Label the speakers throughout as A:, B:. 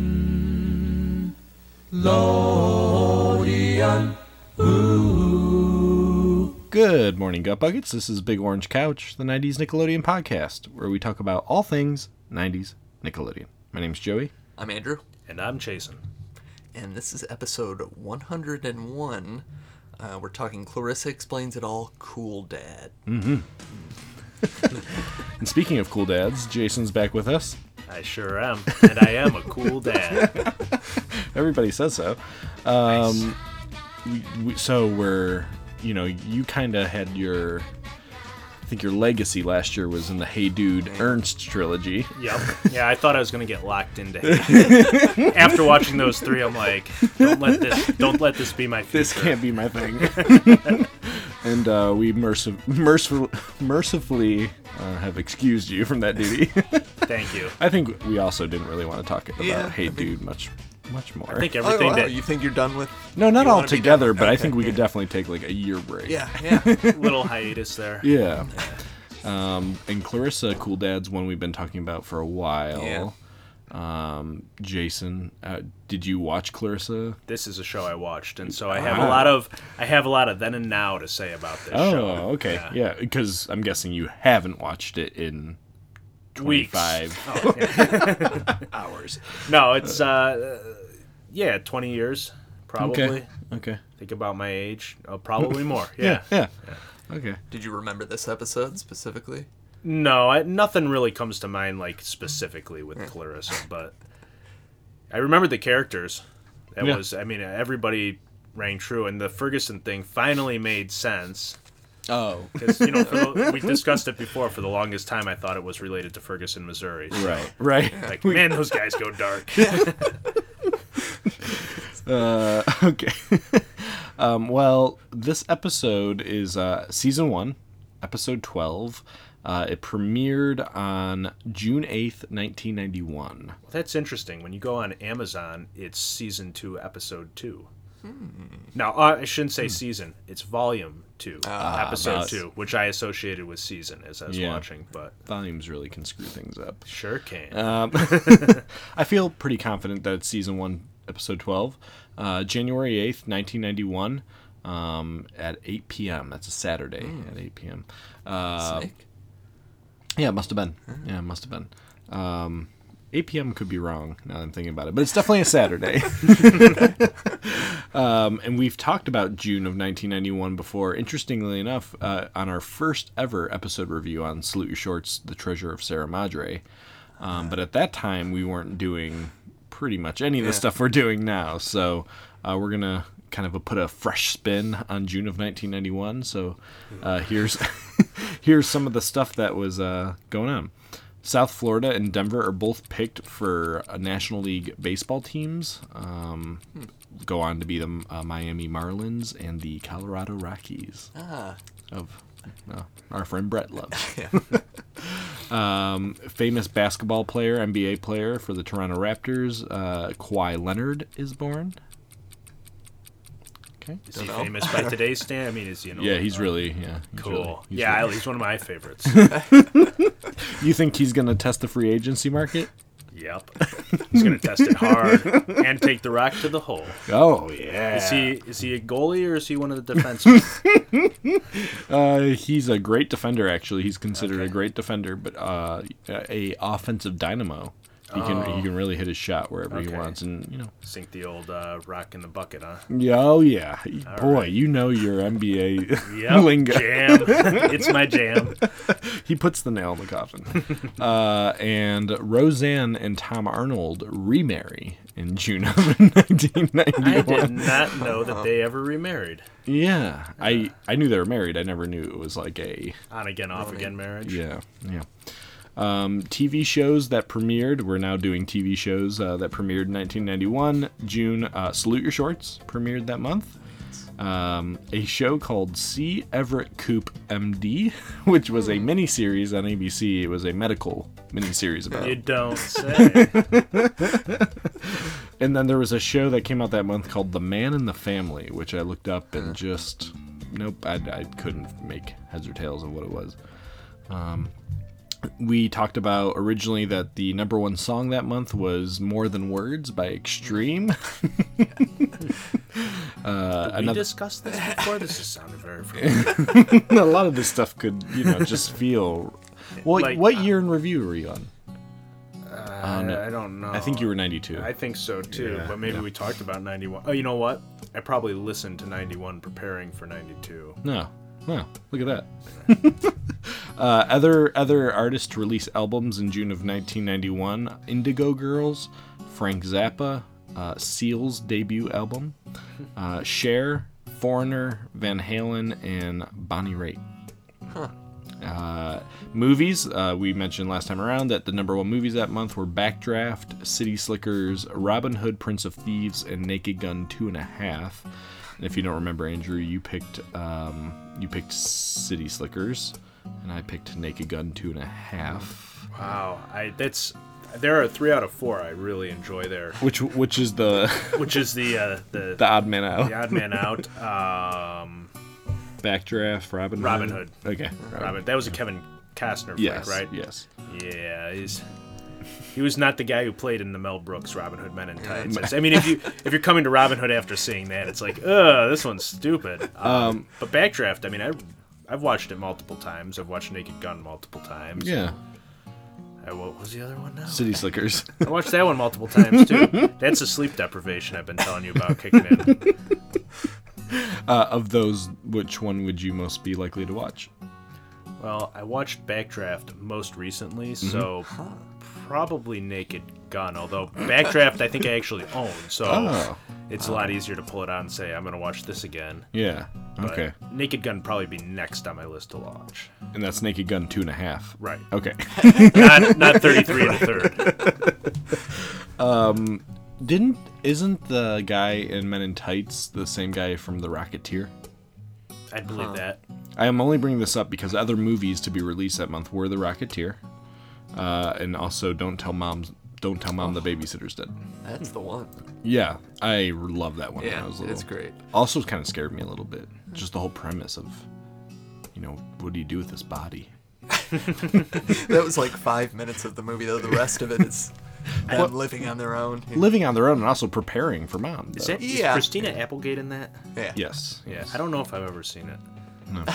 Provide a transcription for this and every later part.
A: Nickelodeon. Lodeon.
B: Good morning, Gut Buckets. This is Big Orange Couch, the 90s Nickelodeon podcast, where we talk about all things 90s Nickelodeon. My name's Joey.
C: I'm Andrew,
D: And I'm Jason.
C: and this is episode 101. Uh, we're talking Clarissa Explains It All Cool Dad.
B: And speaking of cool dads, Jason's back with us.
D: I sure am. And I am a cool dad.
B: Everybody says so. Um, we, we, so we're, you know, you kind of had your, I think your legacy last year was in the Hey Dude Ernst trilogy.
D: Yep. Yeah, I thought I was gonna get locked into After watching those three, I'm like, don't let this don't let this be my future.
B: This can't be my thing. and uh, we mercif- merciful- mercifully uh, have excused you from that duty.
D: Thank you.
B: I think we also didn't really want to talk about
C: Yeah,
B: Hey
C: I think-
B: Dude much much more.
D: I think everything
C: oh, wow,
D: that
C: you think you're done with?
B: no, not
C: you
B: all
C: wanna be
B: together,
C: done-
B: but I
C: okay,
B: think we
C: yeah.
B: could definitely take like a year break.
C: Yeah, yeah.
D: little hiatus there.
B: Yeah. Um, and Clarissa Cool Dad's one we've been talking about for a while.
C: Yeah.
B: Um, Jason, uh, did you watch Clarissa?
D: This is a show I watched, and so I have a lot of I have a lot of then and now to say about this
B: Oh,
D: show.
B: okay. Yeah, because I'm guessing you haven't watched it in
D: Weeks.
B: 25
C: Oh,
B: hours.
D: No, it's uh, uh yeah, twenty years probably.
B: Okay. Okay.
D: Think about my age. Oh, probably more.
B: Yeah. Yeah. Okay.
C: Did you remember this episode specifically?
D: No, I, nothing really comes to mind like specifically with Clarissa, but I remember the characters. That
B: Yeah.
D: was, I mean, everybody rang true, and the Ferguson thing finally made sense
B: Oh.
D: because you know for the, we discussed it before. For the longest time, I thought it was related to Ferguson, Missouri. So,
B: Right. Right.
D: Like, man, those guys go dark.
B: Uh, okay. um, well, this episode is uh, season one, episode 12. Uh, it premiered on June 8th, 1991.
D: That's interesting. When you go on Amazon, it's season two, episode two.
B: Hmm.
D: Now, uh, I shouldn't say season. It's volume two, episode
B: that's-
D: two, which I associated with season as I was
B: Ah, Yeah.
D: watching, but
B: Volumes really can screw things up.
D: sure can.
B: Um, I feel pretty confident that it's season one, episode 12, uh, January 8th, 1991, um, at 8 p.m. That's a Saturday at 8 p.m. Uh,
C: Snake?
B: Yeah, it must have been. Yeah, it must have been. Um, 8 p.m. could be wrong now that I'm thinking about it, but it's definitely a Saturday. um, and we've talked about June of 1991 before. Interestingly enough, uh, on our first ever episode review on Salute Your Shorts, The Treasure of Sarah Madre. Um, but at that time, we weren't doing pretty much any of the stuff we're doing now. So uh, we're going to kind of put a fresh spin on June of 1991. So uh, here's here's some of the stuff that was uh, going on. South Florida and Denver are both picked for uh, National League baseball teams. Um, Go on to be the uh, Miami Marlins and the Colorado Rockies
C: Ah,
B: of uh, our friend Brett loves
C: yeah.
B: um, famous basketball player, NBA player for the Toronto Raptors, uh, Kawhi Leonard is born. Okay.
D: is he
C: don't know.
D: famous by today's stand? I mean, is he? An
B: Yeah,
D: old-
B: he's really yeah. he's
D: cool.
B: really- he's
D: yeah,
B: really-
D: he's one of my favorites.
B: you think he's gonna test the free agency market?
D: yep, he's gonna test it hard and take the rock to the hole.
B: Oh yeah.
D: Is he is he a goalie or is he one of the defensemen?
B: Uh, he's a great defender. Actually, he's considered a great defender, but uh, a offensive dynamo. He can he can really hit his shot wherever he
D: Oh. Okay.
B: wants, and you know.
D: Sink the old uh, rock in the bucket, huh?
B: Yeah, oh yeah, boy, you know your NBA
D: Yep.
B: lingo.
D: Jam. it's my jam.
B: He puts the nail in the coffin. uh, and Roseanne and Tom Arnold remarry in June of
D: I
B: 1991.
D: did not know
B: Oh.
D: that they ever remarried.
B: Yeah,
D: Uh.
B: I I knew they were married. I never knew it was like a
D: On again, off again marriage.
B: yeah yeah. Um, TV shows that premiered. We're now doing TV shows uh, that premiered in 1991. June, uh, Salute Your Shorts premiered that month. Um, a show called C. Everett Koop, MD, which was a miniseries on ABC. It was a medical miniseries about
D: You don't say.
B: And then there was a show that came out that month called The Man and the Family, which I looked up and just nope, I, I couldn't make heads or tails of what it was. Um, we talked about originally that the number one song that month was More Than Words by Extreme.
D: Did we discussed this before. This has sounded very familiar.
B: a lot of this stuff could, you know, just feel. Well,
D: Like,
B: what year in review were you on?
D: I don't know.
B: I think you were 92.
D: I think so too,
B: Yeah,
D: but maybe we talked about 91. Oh, you know what? I probably listened to 91 preparing for 92.
B: No, no. Look at that. uh, other other artists to release albums in June of 1991: Indigo Girls, Frank Zappa, uh, Seal's debut album, uh, Cher, Foreigner, Van Halen, and Bonnie Raitt. Uh, movies uh, we mentioned last time around that the number one movies that month were Backdraft, City Slickers, Robin Hood, Prince of Thieves, and Naked Gun Two and a Half. And if you don't remember, Andrew, you picked um, you picked City Slickers, and I picked Naked Gun Two and a Half,
D: Wow, I that's there are three out of four I really enjoy there,
B: which which is the
D: which is the uh, the,
B: the odd man out.
D: the Odd Man Out. Um,
B: Backdraft, Robin
D: Robin
B: Hood. Okay,
D: Robin, that was a Kevin Costner
B: Yes,
D: flick, right?
B: Yes.
D: Yeah, he's he was not the guy who played in the Mel Brooks Robin Hood Men in Tights. It's- I mean, if you if you're coming to Robin Hood after seeing that, it's like, ugh, this one's stupid. Um, but Backdraft, I mean, I I've watched it multiple times. I've watched Naked Gun multiple times.
B: Yeah.
D: I, what was the other one now?
B: City Slickers.
D: I watched that one multiple times too. That's the sleep deprivation I've been telling you about kicking in.
B: uh, of those, which one would you most be likely to watch?
D: Well, I watched Backdraft most recently, so probably Naked Gun. Although Backdraft, I think I actually own, so
B: Oh.
D: it's a lot easier to pull it out and say I'm gonna watch this again.
B: Yeah.
D: But
B: Okay.
D: Naked Gun probably be next on my list to watch.
B: And that's Naked Gun two and a half.
D: Right.
B: Okay.
D: Not not 33 and a third.
B: Didn't isn't the guy in Men in Tights the same guy from The Rocketeer?
D: I believe that.
B: I am only bringing this up because other movies to be released that month were The Rocketeer, uh, and also Don't Tell Mom's Don't Tell Mom the Babysitter's Dead.
C: That's the one.
B: Yeah, I love that one. when I
C: Yeah,
B: was little.
C: it's great.
B: Also, kind of scared me a little bit. Just the whole premise of, you know, what do you do with this body?
C: That was like five minutes of the movie, though. The rest of it is them living on their own.
B: Living on their own and also preparing for mom.
D: Is
B: though.
D: that is
C: Yeah.
D: Christina Applegate in that?
C: Yeah,
B: Yes.
D: Yeah. I don't know if I've ever seen it.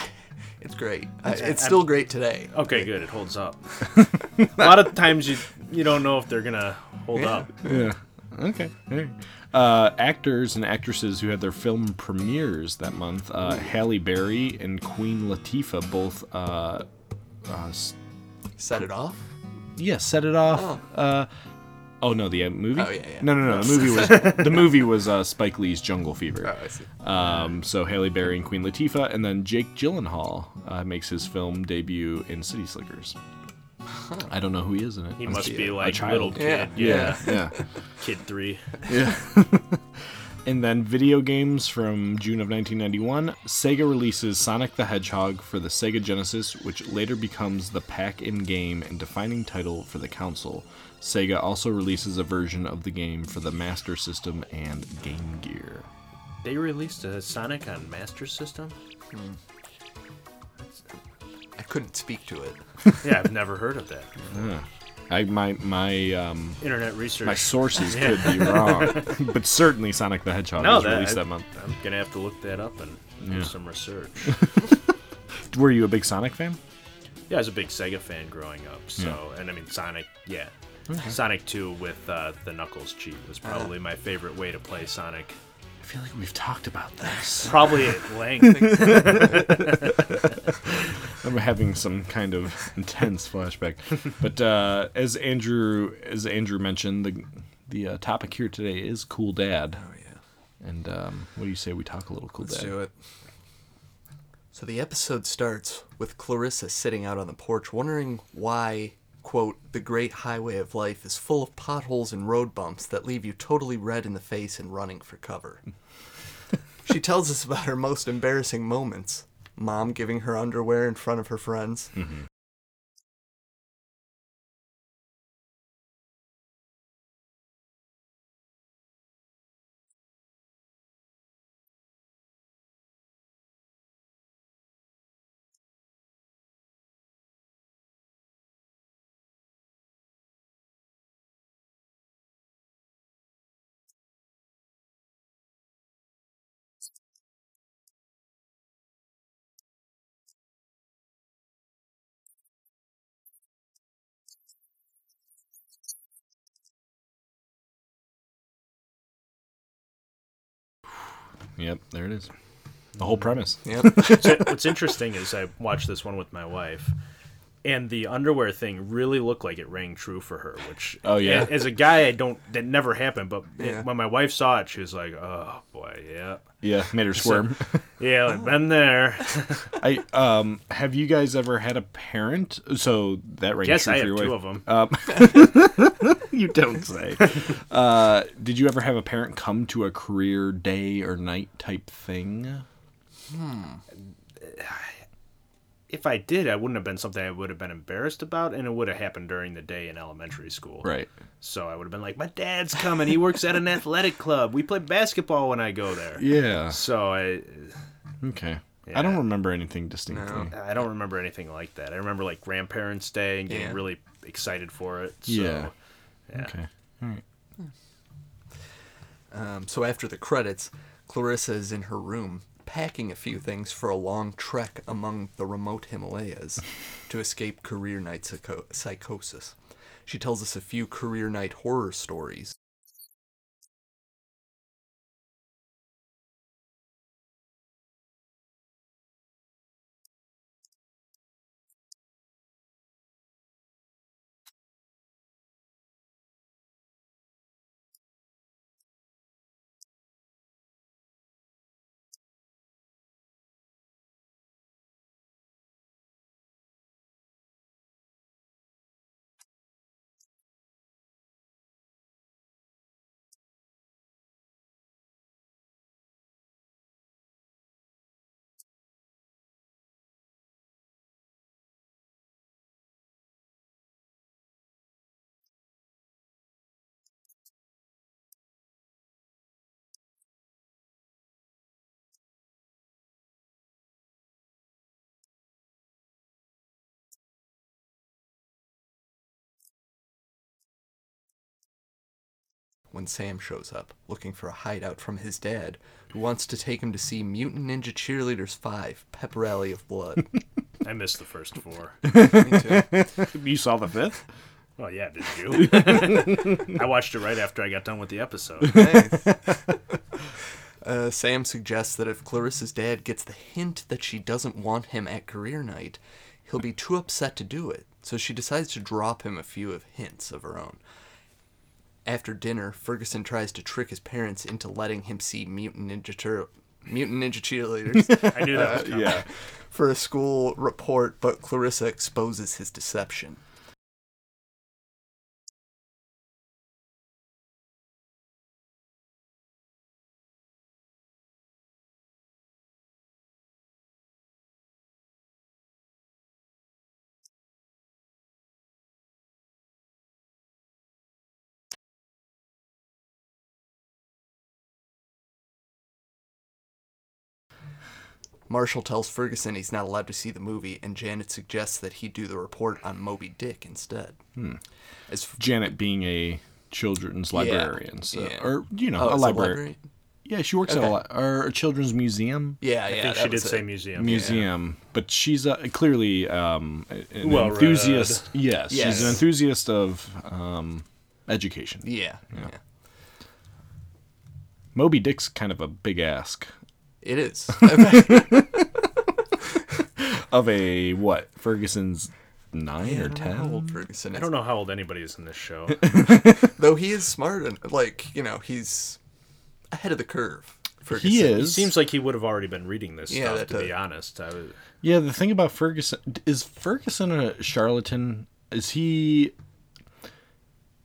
C: it's great. I- it's still great today.
D: Okay, good. It holds up. a lot of times you you don't know if they're gonna hold
C: Yeah.
D: up.
B: Yeah. Okay. all right. Uh, actors and actresses who had their film premieres that month: uh, Halle Berry and Queen Latifah both. Uh, uh, s-
C: Set it off.
B: yeah, set it off. Oh. Uh, oh no, the uh, movie.
C: Oh, yeah, yeah.
B: No, no, no. The movie was the movie was uh, Spike Lee's Jungle Fever.
C: Oh, I see.
B: Um, so Halle Berry and Queen Latifah, and then Jake Gyllenhaal uh, makes his film debut in City Slickers. I don't know who he is in it.
D: He
B: I'm
D: must
B: just-
D: be
B: a
D: like
B: child.
D: little kid.
C: Yeah.
D: yeah.
B: yeah.
D: Kid three.
B: And then video games from June of 1991. Sega releases Sonic the Hedgehog for the Sega Genesis, which later becomes the pack in game and defining title for the console. Sega also releases a version of the game for the Master System and Game Gear.
D: They released a Sonic on Master System?
C: I couldn't speak to it.
D: Yeah, I've never heard of that.
B: I, my my um,
D: Internet research.
B: my sources could be wrong, but certainly Sonic the Hedgehog
D: No,
B: was
D: that-
B: released that month.
D: I'm gonna have to look that up and do some research.
B: Were you a big Sonic fan?
D: yeah, I was a big Sega fan growing up, so and I mean Sonic, yeah. Sonic 2 with uh, the Knuckles cheat was
B: Uh-huh.
D: probably my favorite way to play Sonic.
B: I feel like we've talked about this.
D: Probably at length.
B: I'm having some kind of intense flashback. But uh, as Andrew as Andrew mentioned, the the uh, topic here today is cool dad.
C: Oh yeah.
B: And um, what do you say we talk a little cool
C: Let's
B: dad?
C: do it. So the episode starts with Clarissa sitting out on the porch wondering why, quote, the great highway of life is full of potholes and road bumps that leave you totally red in the face and running for cover. she tells us about her most embarrassing moments mom giving her underwear in front of her friends,
B: Yep, there it is. The whole premise.
C: Yep.
D: So what's interesting is I watched this one with my wife, and the underwear thing really looked like it rang true for her. Which,
B: Oh, yeah.
D: a- as a guy, I don't that never happened. But it-
C: Yeah.
D: when my wife saw it, she was like, "Oh boy, yeah,
B: Yeah, made her squirm.
D: yeah, I've been there."
B: I um, have you guys ever had a parent? So that rings
D: yes,
B: true for
D: I have
B: your
D: two
B: wife.
D: of them.
B: you don't say. uh, did you ever have a parent come to a career day or night type thing?
D: if I did, I wouldn't have been something I would have been embarrassed about, and it would have happened during the day in elementary school.
B: Right.
D: So I would have been like, "My dad's coming. He works at an athletic club. We play basketball when I go there."
B: Yeah.
D: So I,
B: Okay. I don't remember anything distinctly.
D: I don't remember anything like that. I remember like grandparents' day and getting
C: Yeah.
D: really excited for it. So.
B: Yeah.
D: yeah.
B: Okay. All right.
C: Um, so after the credits, Clarissa is in her room packing a few things for a long trek among the remote Himalayas to escape career night psycho- psychosis. She tells us a few career night horror stories. when Sam shows up, looking for a hideout from his dad, who wants to take him to see Mutant Ninja Cheerleaders 5 Pep Rally of Blood.
D: I missed the first four.
B: You saw the fifth?
D: Well, yeah, did you? I watched it right after I got done with the episode.
C: Nice. uh, Sam suggests that if Clarissa's dad gets the hint that she doesn't want him at career night, he'll be too upset to do it, so she decides to drop him a few of hints of her own. After dinner, Ferguson tries to trick his parents into letting him see Mutant Ninja Tur- Mutant Ninja Cheerleaders
D: I knew that. Was coming.
B: uh, Yeah.
C: for a school report, but Clarissa exposes his deception. Marshall tells Ferguson he's not allowed to see the movie, and Janet suggests that he do the report on Moby Dick instead.
B: Hmm.
C: As
B: Janet being a children's librarian, so
C: yeah.
B: or you know
C: Oh,
B: a
C: it's
B: library. Yeah, she works at
C: Okay.
B: a li- or a children's museum.
C: Yeah,
D: I
C: yeah.
D: think
C: that
D: she did
C: was
D: say
C: it.
D: museum.
B: Museum, but she's uh clearly um, an
D: Well-read.
B: enthusiast. Yes, she's
C: Yes.
B: an enthusiast of um, education.
C: Yeah, yeah.
B: Moby Dick's kind of a big ask
C: It is. Okay.
B: of a what? Ferguson's nine or
C: How
B: ten?
C: old Ferguson is.
D: I don't know how old anybody is in this show.
C: Though he is smart and like, you know, he's ahead of the curve. Ferguson.
B: He is.
D: Seems like he would have already been reading this
C: Yeah,
D: stuff.
C: that
D: To be
C: does-
D: honest, I was,
B: Yeah, the thing about Ferguson is Ferguson a charlatan? Is he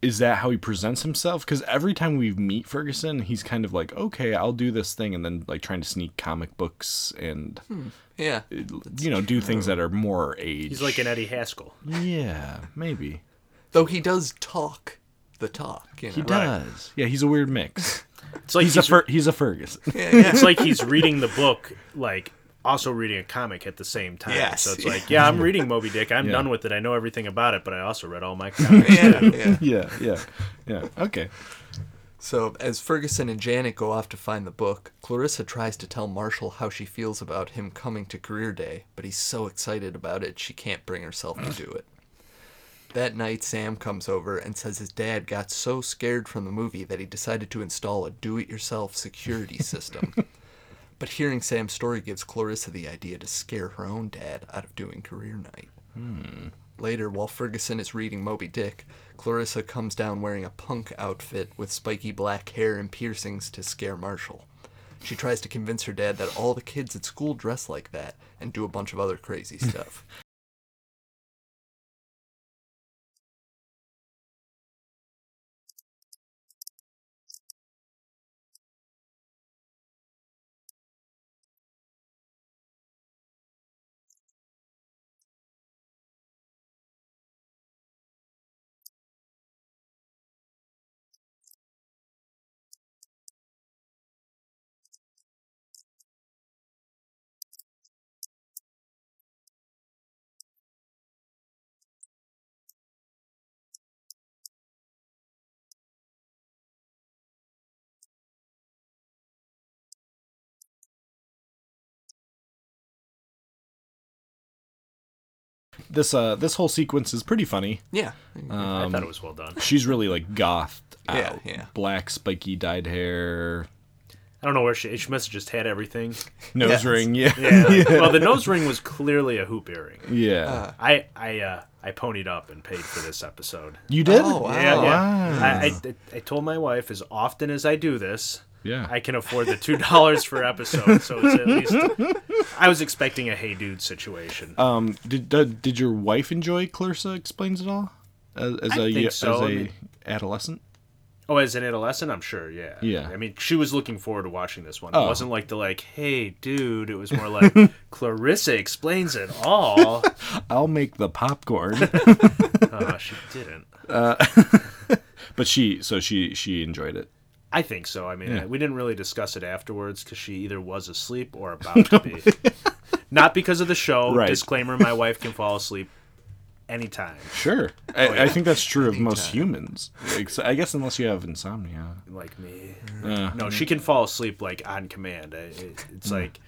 B: is that how he presents himself? Because every time we meet Ferguson, he's kind of like, okay, I'll do this thing, and then like trying to sneak comic books and
C: Yeah.
B: you know do things that are more age.
D: Hmm, he's like an Eddie Haskell.
B: yeah, maybe
C: Though he does talk the talk, you know.
B: he does. Yeah, he's a weird mix.
D: It's like
B: He's a Fer- he's a Ferguson.
C: Yeah, yeah.
D: it's like he's reading the book like also reading a comic at the same time.
C: Yes.
D: So it's like, yeah, I'm reading Moby Dick. I'm
B: Yeah.
D: done with it. I know everything about it, but I also read all my comics.
C: yeah, yeah.
B: yeah, yeah, yeah. Okay.
C: So, as Ferguson and Janet go off to find the book, Clarissa tries to tell Marshall how she feels about him coming to career day, but he's so excited about it she can't bring herself to do it. That night, Sam comes over and says his dad got so scared from the movie that he decided to install a do it yourself security system. But hearing Sam's story gives Clarissa the idea to scare her own dad out of doing career night. Later, while Ferguson is reading Moby Dick, Clarissa comes down wearing a punk outfit with spiky black hair and piercings to scare Marshall. She tries to convince her dad that all the kids at school dress like that and do a bunch of other crazy stuff.
B: This uh this whole sequence is pretty funny. Um,
C: Yeah.
D: I thought it was well done.
B: She's really like gothed out.
C: Yeah, yeah.
B: Black spiky dyed hair,
D: I don't know where she. She must have just had everything.
B: nose
C: Yes.
B: ring. Yeah.
D: Yeah. Well, the nose ring was clearly a hoop earring.
B: Yeah.
D: I I uh, I ponied up and paid for this episode.
B: you did?
C: Oh, wow.
D: Yeah, yeah.
B: Wow.
D: I, I, I told my wife as often as I do this,
B: Yeah.
D: I can afford the two dollars per episode. So it's at least I was expecting a hey dude situation.
B: Um, did, did did your wife enjoy Clarissa Explains It All as, as
D: I
B: a
D: think
B: as
D: so.
B: a
D: I mean-
B: adolescent?
D: oh, as an adolescent, I'm sure. Yeah.
B: Yeah.
D: I mean, she was looking forward to watching this one.
B: Oh.
D: It wasn't like the like hey dude. It was more like Clarissa explains it all.
B: I'll make the popcorn.
D: oh, she didn't.
B: but she so she she enjoyed it.
D: I think so. I mean,
B: Yeah.
D: we didn't really discuss it afterwards because she either was asleep or about to be. Not because of the show.
B: Right.
D: Disclaimer: My wife can fall asleep anytime,
B: Sure. I,
C: Oh,
B: I think that's true of most humans. Like, so I guess unless you have insomnia.
D: like me.
B: Yeah.
D: No, she can fall asleep like on command. I- It, it's like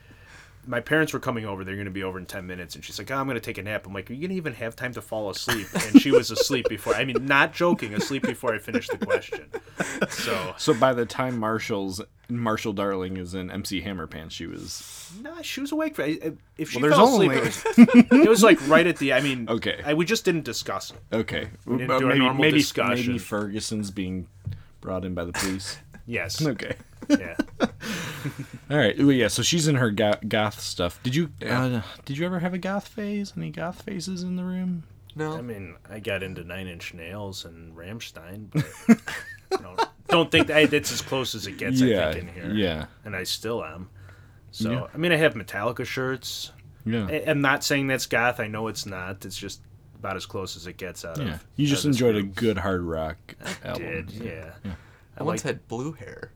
D: my parents were coming over; they're going to be over in ten minutes, and she's like, oh, "I'm going to take a nap." I'm like, "Are you going to even have time to fall asleep?" And she was asleep before. I mean, not joking, asleep before I finished the question. So
B: So by the time Marshall's Marshall Darling is in MC Hammer Pants, she was
D: No, she was awake. For, if she
B: Well, there's
D: fell asleep,
B: only-
D: it, was, it was like right at the. I mean,
B: Okay.
D: I, we just didn't discuss it.
B: okay.
D: didn't
B: But
D: do a normal
B: maybe,
D: discussion.
B: maybe Ferguson's being brought in by the police.
D: Yes.
B: okay.
D: Yeah.
B: All right. Ooh, yeah. So she's in her go- goth stuff. Did you uh, did you ever have a goth phase? Any goth phases in the room?
C: No.
D: I mean, I got into Nine Inch Nails and Ramstein, but don't, don't think that, that's as close as it gets. I think in here.
B: yeah,
D: And I still am. So
B: Yeah.
D: I mean, I have Metallica shirts.
B: yeah,
D: I, I'm not saying that's goth. I know it's not. It's just about as close as it gets out
B: yeah.
D: of.
B: You
D: out
B: just
D: of this
B: enjoyed a
D: group.
B: good hard rock album.
D: Did yeah.
C: I once had blue hair.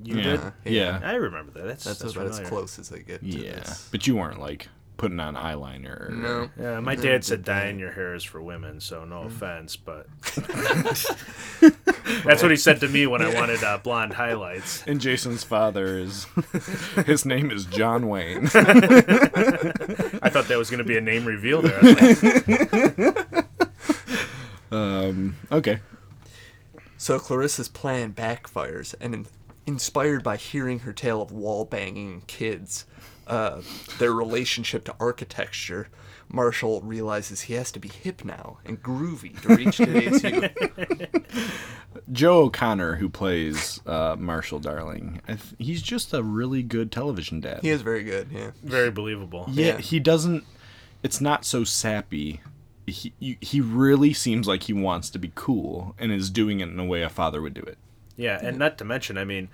D: You
B: Yeah.
D: did.
B: Yeah.
D: I remember that. That's
C: That's,
D: that's
C: about as
D: familiar.
C: close as I get to
B: Yeah.
C: this.
B: But you weren't like putting on eyeliner. Or...
C: No.
D: Yeah, my dad said dyeing your hair is for women, so
B: Mm.
D: no offense, but that's what he said to me when I wanted uh, blonde highlights.
B: And Jason's father is his name is John Wayne.
D: I thought that was going to be a name reveal there. I was like,
B: okay.
C: So Clarissa's plan backfires, and in- inspired by hearing her tale of wall banging kids, uh, their relationship to architecture, Marshall realizes he has to be hip now and groovy to reach today's youth.
B: Joe O'Connor, who plays uh, Marshall Darling, I th- he's just a really good television dad.
C: He is very good, yeah.
D: very believable.
B: yeah,
C: Yeah.
B: he doesn't. It's not so sappy. He you- he really seems like he wants to be cool and is doing it in a way a father would do it.
D: Yeah, and not to mention, I mean,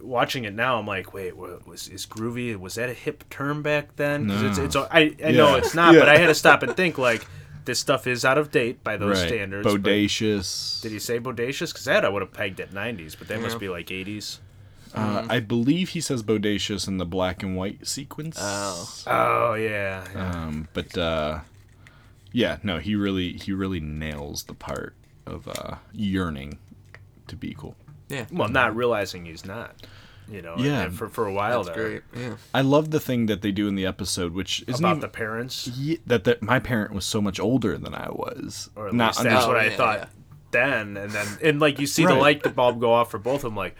D: watching it now, I'm like, wait, wa- was is groovy? Was that a hip term back then? 'Cause it's, it's, I, I know
B: Yeah.
D: it's not, but
B: Yeah.
D: I had to stop and think, like, this stuff is out of date by those
B: Right.
D: standards. but
B: Bodacious.
D: Did he say bodacious? Because that I would have pegged at 90s, but that
C: Yeah.
D: must be like 80s.
B: Uh, I believe he says bodacious in the black and white sequence.
C: Oh.
D: Oh, yeah. yeah.
B: Um, but uh, yeah, no, he really he really nails the part of uh, yearning to be cool.
C: Yeah.
D: Well, not realizing he's not. You know,
B: Yeah.
D: and for for a while
C: That's
D: there
C: great. Yeah.
B: I love the thing that they do in the episode, which isn't
D: about
B: even-
D: the parents,
B: Ye- that that my parent was so much older than I was.
D: or at least that's
B: under-
D: what
C: Oh,
D: I
C: yeah,
D: thought
C: yeah.
D: then. And then, and like you see
B: Right.
D: the light bulb go off for both of them, like,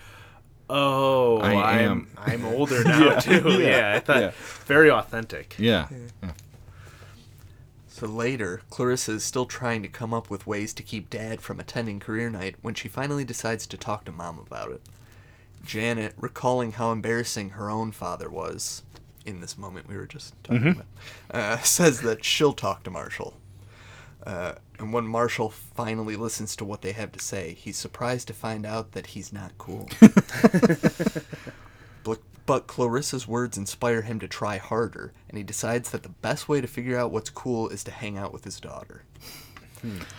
D: Oh,
B: I
D: I am.
B: am.
D: I'm older now too. Yeah, I thought
B: yeah.
D: very authentic.
B: Yeah.
C: So later, Clarissa is still trying to come up with ways to keep Dad from attending career night when she finally decides to talk to Mom about it. Janet, recalling how embarrassing her own father was in this moment we were just talking
B: Mm-hmm.
C: about, uh, says that she'll talk to Marshall. Uh, and when Marshall finally listens to what they have to say, he's surprised to find out that he's not cool. But, but Clarissa's words inspire him to try harder, and he decides that the best way to figure out what's cool is to hang out with his daughter.
B: Hmm.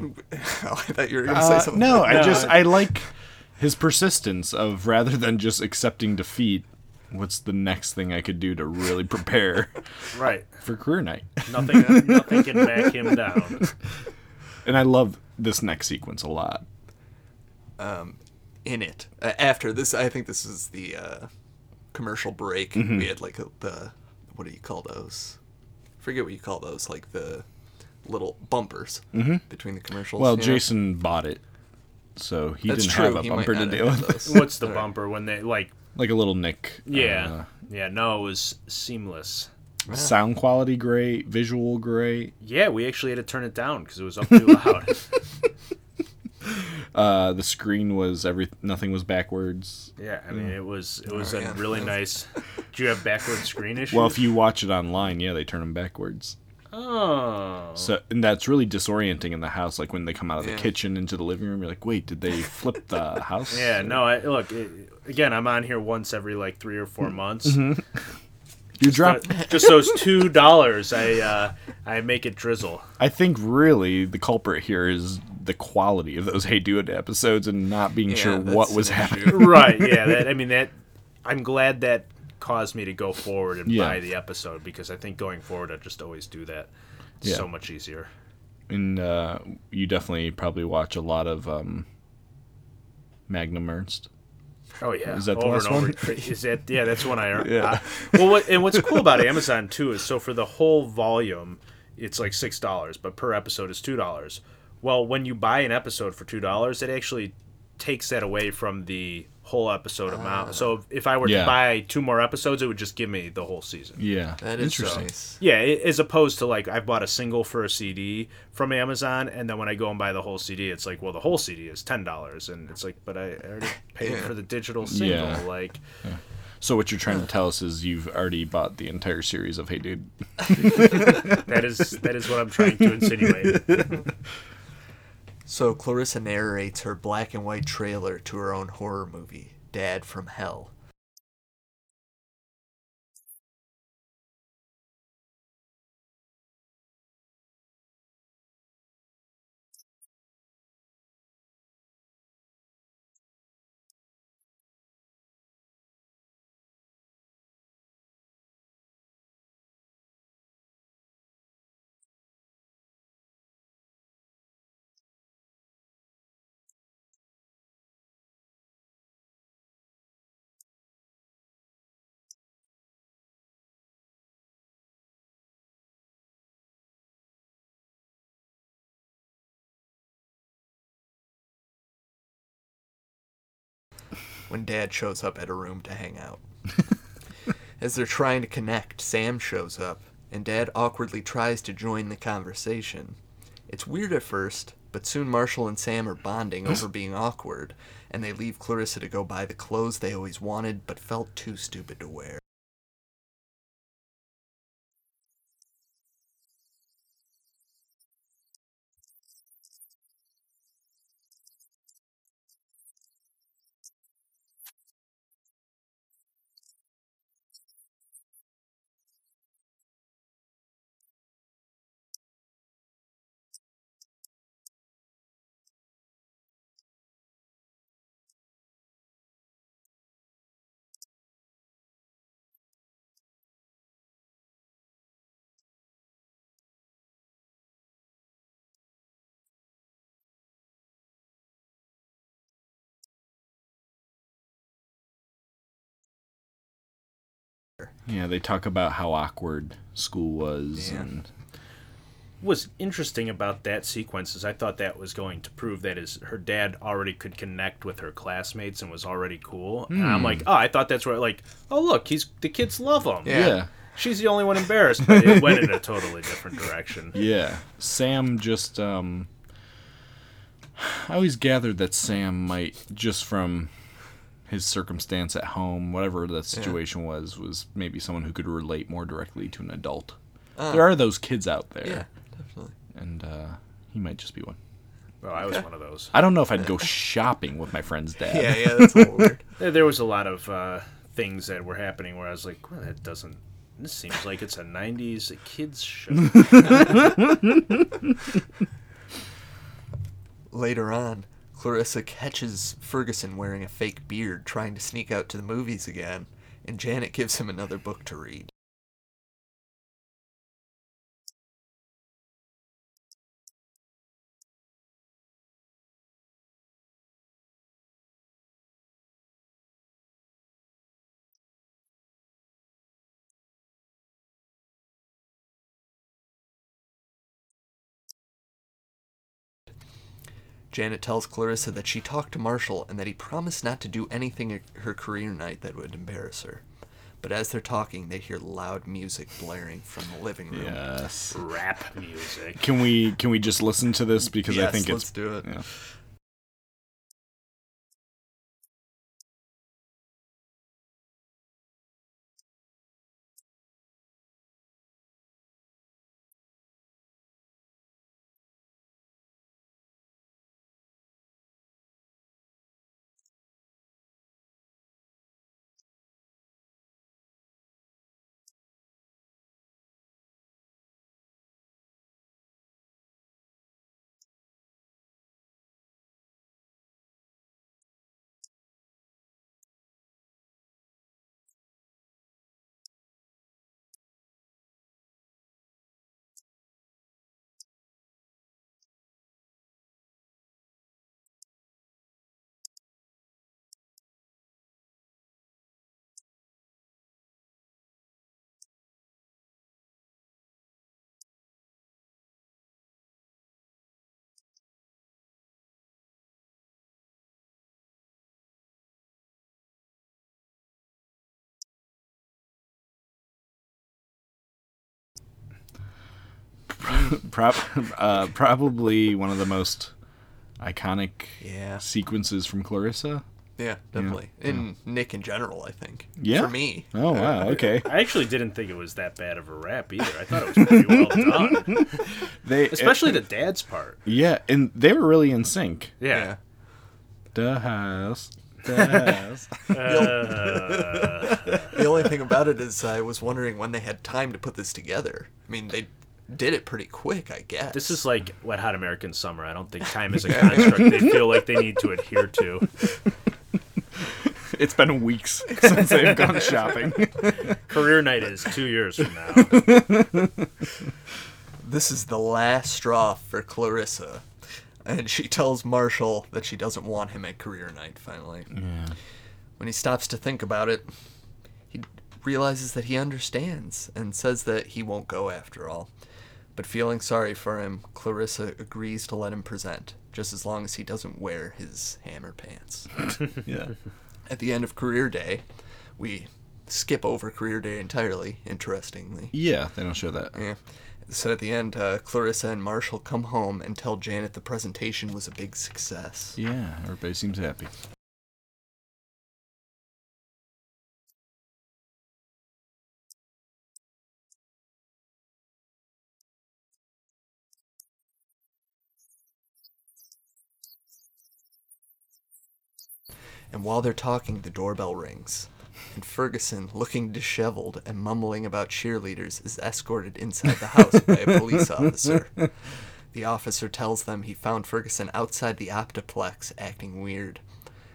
C: oh, I thought you were going to say
B: Uh,
C: something.
B: no, I
D: No,
B: just
D: I-
B: I like his persistence of rather than just accepting defeat. What's the next thing I could do to really prepare
D: Right.
B: for career night?
D: Nothing. uh, nothing can back him down.
B: And I love this next sequence a lot.
C: in it. Uh, after this, I think this is the uh, commercial break.
B: Mm-hmm.
C: We had like a, the what do you call those? forget what you call those, like the little bumpers between the commercials.
B: Mm-hmm. Well,
C: you know?
B: Jason bought it, so he
C: That's
B: didn't
C: true.
B: have a
C: he might
B: bumper to
C: not have
B: deal
C: had
B: with,
C: those.
D: What's the bumper when they like?
B: like a little nick.
D: Yeah. yeah. No, it was seamless.
B: uh, sound quality great, visual great.
D: Yeah, we actually had to turn it down because it was up too loud.
B: Uh, the screen was every nothing was backwards.
D: yeah, I mean it was it was
C: Oh,
D: a
C: yeah.
D: really nice. Do you have backward screen issues?
B: Well, if you watch it online, yeah, they turn them backwards.
D: oh,
B: So and that's really disorienting in the house. Like when they come out of the
C: Yeah.
B: kitchen into the living room, you're like, wait, did they flip the house?
D: yeah, no, I look it, again. I'm on here once every like three or
B: Mm-hmm.
D: four months.
B: you drop.
D: But just those two dollars, I uh, I make it drizzle.
B: I think really the culprit here is the quality of those Hey Dude episodes and not being
C: Yeah,
B: sure
C: that's
B: what was
C: an issue.
B: happening.
D: Right? Yeah. That, I mean that. I'm glad that caused me to go forward and
B: Yeah.
D: buy the episode because I think going forward I just always do that. It's
B: Yeah.
D: so much easier.
B: And uh, you definitely probably watch a lot of um, Magnum Ernst.
D: Oh yeah,
B: Is that the
D: over
B: last
D: and over.
B: one?
D: Is that yeah? That's one I.
B: Yeah.
D: I- well, what, and what's cool about Amazon too is so for the whole volume, it's like six dollars, but per episode is two dollars. Well, when you buy an episode for two dollars, it actually takes that away from the whole episode amount. So if I were to
B: Ah. Yeah.
D: buy two more episodes, it would just give me the whole season.
B: Yeah,
C: That is nice.
D: Yeah, i- as opposed to like I bought a single for a CD from Amazon, and then when I go and buy the whole CD, it's like, well, the whole CD is ten dollars, and it's like, but I already paid for the digital single.
B: Yeah.
D: Like,
B: So what you're trying to tell us is you've already bought the entire series of Hey Dude.
D: that is that is what I'm trying to insinuate.
C: So Clarissa narrates her black and white trailer to her own horror movie, Dad from Hell. when Dad shows up at a room to hang out. As they're trying to connect, Sam shows up, and Dad awkwardly tries to join the conversation. It's weird at first, but soon Marshall and Sam are bonding over being awkward, and they leave Clarissa to go buy the clothes they always wanted but felt too stupid to wear.
B: Yeah, they talk about how awkward school was
C: Yeah.
B: and
D: was interesting about that sequence is I thought that was going to prove that is her dad already could connect with her classmates and was already cool. And
B: Hmm.
D: I'm like, oh, I thought that's where like, oh look, he's the kids love him.
C: Yeah.
B: yeah.
D: She's the only one embarrassed, but it went in a totally different direction.
B: Yeah. Sam just um I always gathered that Sam might just from his circumstance at home, whatever the situation was, was maybe someone who could relate more directly to an adult. there are those kids out there.
C: Uh. Yeah, definitely.
B: And uh he might just be one.
D: Well, I was one of those.
B: I don't know if I'd go shopping with my friend's dad.
C: Yeah, yeah, that's a little weird.
D: There- There was a lot of uh, things that were happening where I was like, well, that doesn't. This seems like it's a '90s kids show.
C: Later on, Clarissa catches Ferguson wearing a fake beard trying to sneak out to the movies again, and Janet gives him another book to read. Janet tells Clarissa that she talked to Marshall and that he promised not to do anything at her career night that would embarrass her. But as they're talking, they hear loud music blaring from the living room.
B: Yes.
D: Rap music.
B: Can we can we just listen to this because I
C: Yes,
B: think
C: let's
B: it's
C: do it.
B: yeah. Prob- uh, probably one of the most iconic
C: Yeah.
B: sequences from Clarissa.
C: Yeah, definitely. And Nick in general, I think.
B: Yeah.
C: For me.
B: Oh wow, okay.
D: I actually didn't think it was that bad of a rap either. I thought it was pretty well done,
B: They
D: especially the dad's part.
B: yeah, and they were really in sync.
D: Yeah.
B: The house, the house.
C: The only thing about it is I was wondering when they had time to put this together. I mean, they did it pretty quick, I guess.
D: This is like Wet Hot American Summer. I don't think time is a construct they feel like they need to adhere to.
B: it's been weeks since they've gone shopping.
D: Career night is two years from now.
C: This is the last straw for Clarissa. And she tells Marshall that she doesn't want him at career night finally.
B: Yeah.
C: When he stops to think about it, he realizes that he understands and says that he won't go after all. But feeling sorry for him, Clarissa agrees to let him present, just as long as he doesn't wear his hammer pants.
B: Yeah.
C: At the end of career day, we skip over career day entirely, interestingly.
B: Yeah, they don't show that.
C: Yeah. Eh. So at the end, uh, Clarissa and Marshall come home and tell Janet the presentation was a big success.
B: Yeah, everybody seems happy.
C: And while they're talking, the doorbell rings. And Ferguson, looking disheveled and mumbling about cheerleaders, is escorted inside the house by a police officer. The officer tells them he found Ferguson outside the Optiplex acting weird.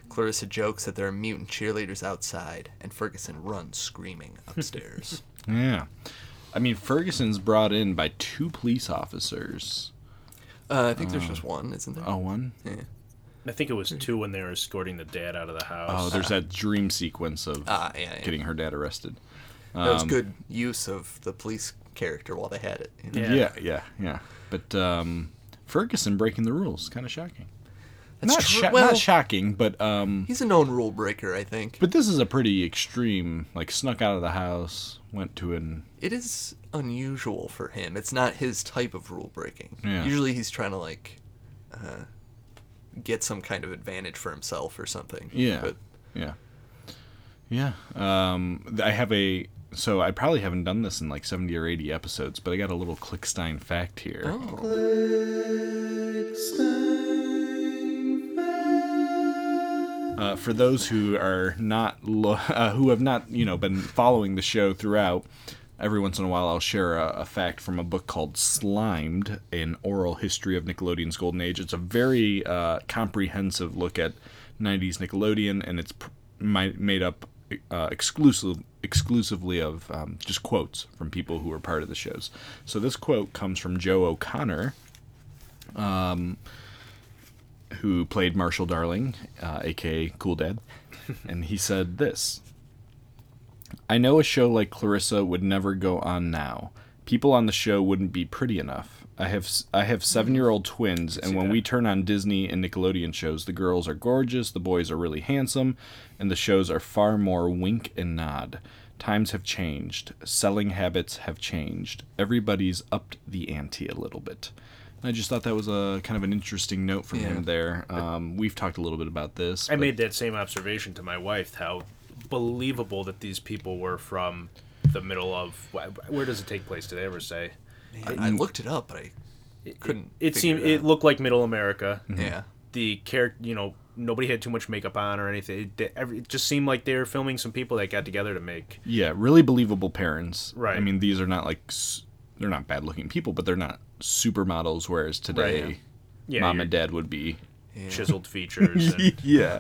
C: Clarissa jokes that there are mutant cheerleaders outside, and Ferguson runs screaming upstairs.
B: Yeah. I mean, Ferguson's brought in by two police officers.
C: uh, I think there's just one, isn't there?
B: Oh, one?
C: Yeah.
D: I think it was two when they were escorting the dad out of the house.
B: Oh, there's that dream sequence of
C: Ah, yeah, yeah.
B: getting her dad arrested.
C: That was good use of the police character while they had it. you know?
D: Yeah.
B: Yeah, yeah, yeah. But um, Ferguson breaking the rules, kind of shocking.
C: That's
B: not,
C: true.
B: sho-
C: Well-
B: not shocking, but um,
C: He's a known rule breaker, I think.
B: but this is a pretty extreme. Like snuck out of the house, went to an
C: It is unusual for him. It's not his type of rule breaking.
B: Yeah.
C: Usually he's trying to like uh, get some kind of advantage for himself or something.
B: Yeah.
C: But
B: yeah. Yeah. Um, th- I have a. So I probably haven't done this in like 70 or 80 episodes, but I got a little Clickstein fact here.
C: Oh.
B: Uh, for those who are not lo- uh, who have not you know been following the show throughout, every once in a while I'll share a, a fact from a book called "Slimed: An Oral History of Nickelodeon's Golden Age." It's a very uh, comprehensive look at '90s Nickelodeon, and it's pr- mi- made up uh, exclusive exclusively of um, just quotes from people who were part of the shows. So this quote comes from Joe O'Connor. who played Marshall Darling, uh, aka Cool Dad, and he said this I know a show like Clarissa would never go on now. People on the show wouldn't be pretty enough. I have s- I have seven year old twins, and when we turn on Disney and Nickelodeon shows, the girls are gorgeous, the boys are really handsome, and the shows are far more wink and nod. Times have changed. Selling habits have changed. Everybody's upped the ante a little bit. And I just thought that was a kind of an interesting note from him there. Um, we've talked a little bit about this.
D: I
B: but-
D: made that same observation to my wife how believable that these people were from the middle of wh- where does it take place? Do they ever say?
C: I, I looked it up, but I couldn't.
D: It
C: figure
D: seemed it
C: out.
D: looked like middle America.
C: yeah.
D: The character, you know, nobody had too much makeup on or anything. It, they- every- it just seemed like they were filming some people that got together to make.
B: Yeah, really believable parents.
D: Right.
B: I mean, these are not like s- they're not bad looking people, but they're not supermodels. Whereas today,
C: Right.
D: Yeah,
B: mom
D: your
B: and dad would be.
D: chiseled features. And,
B: yeah,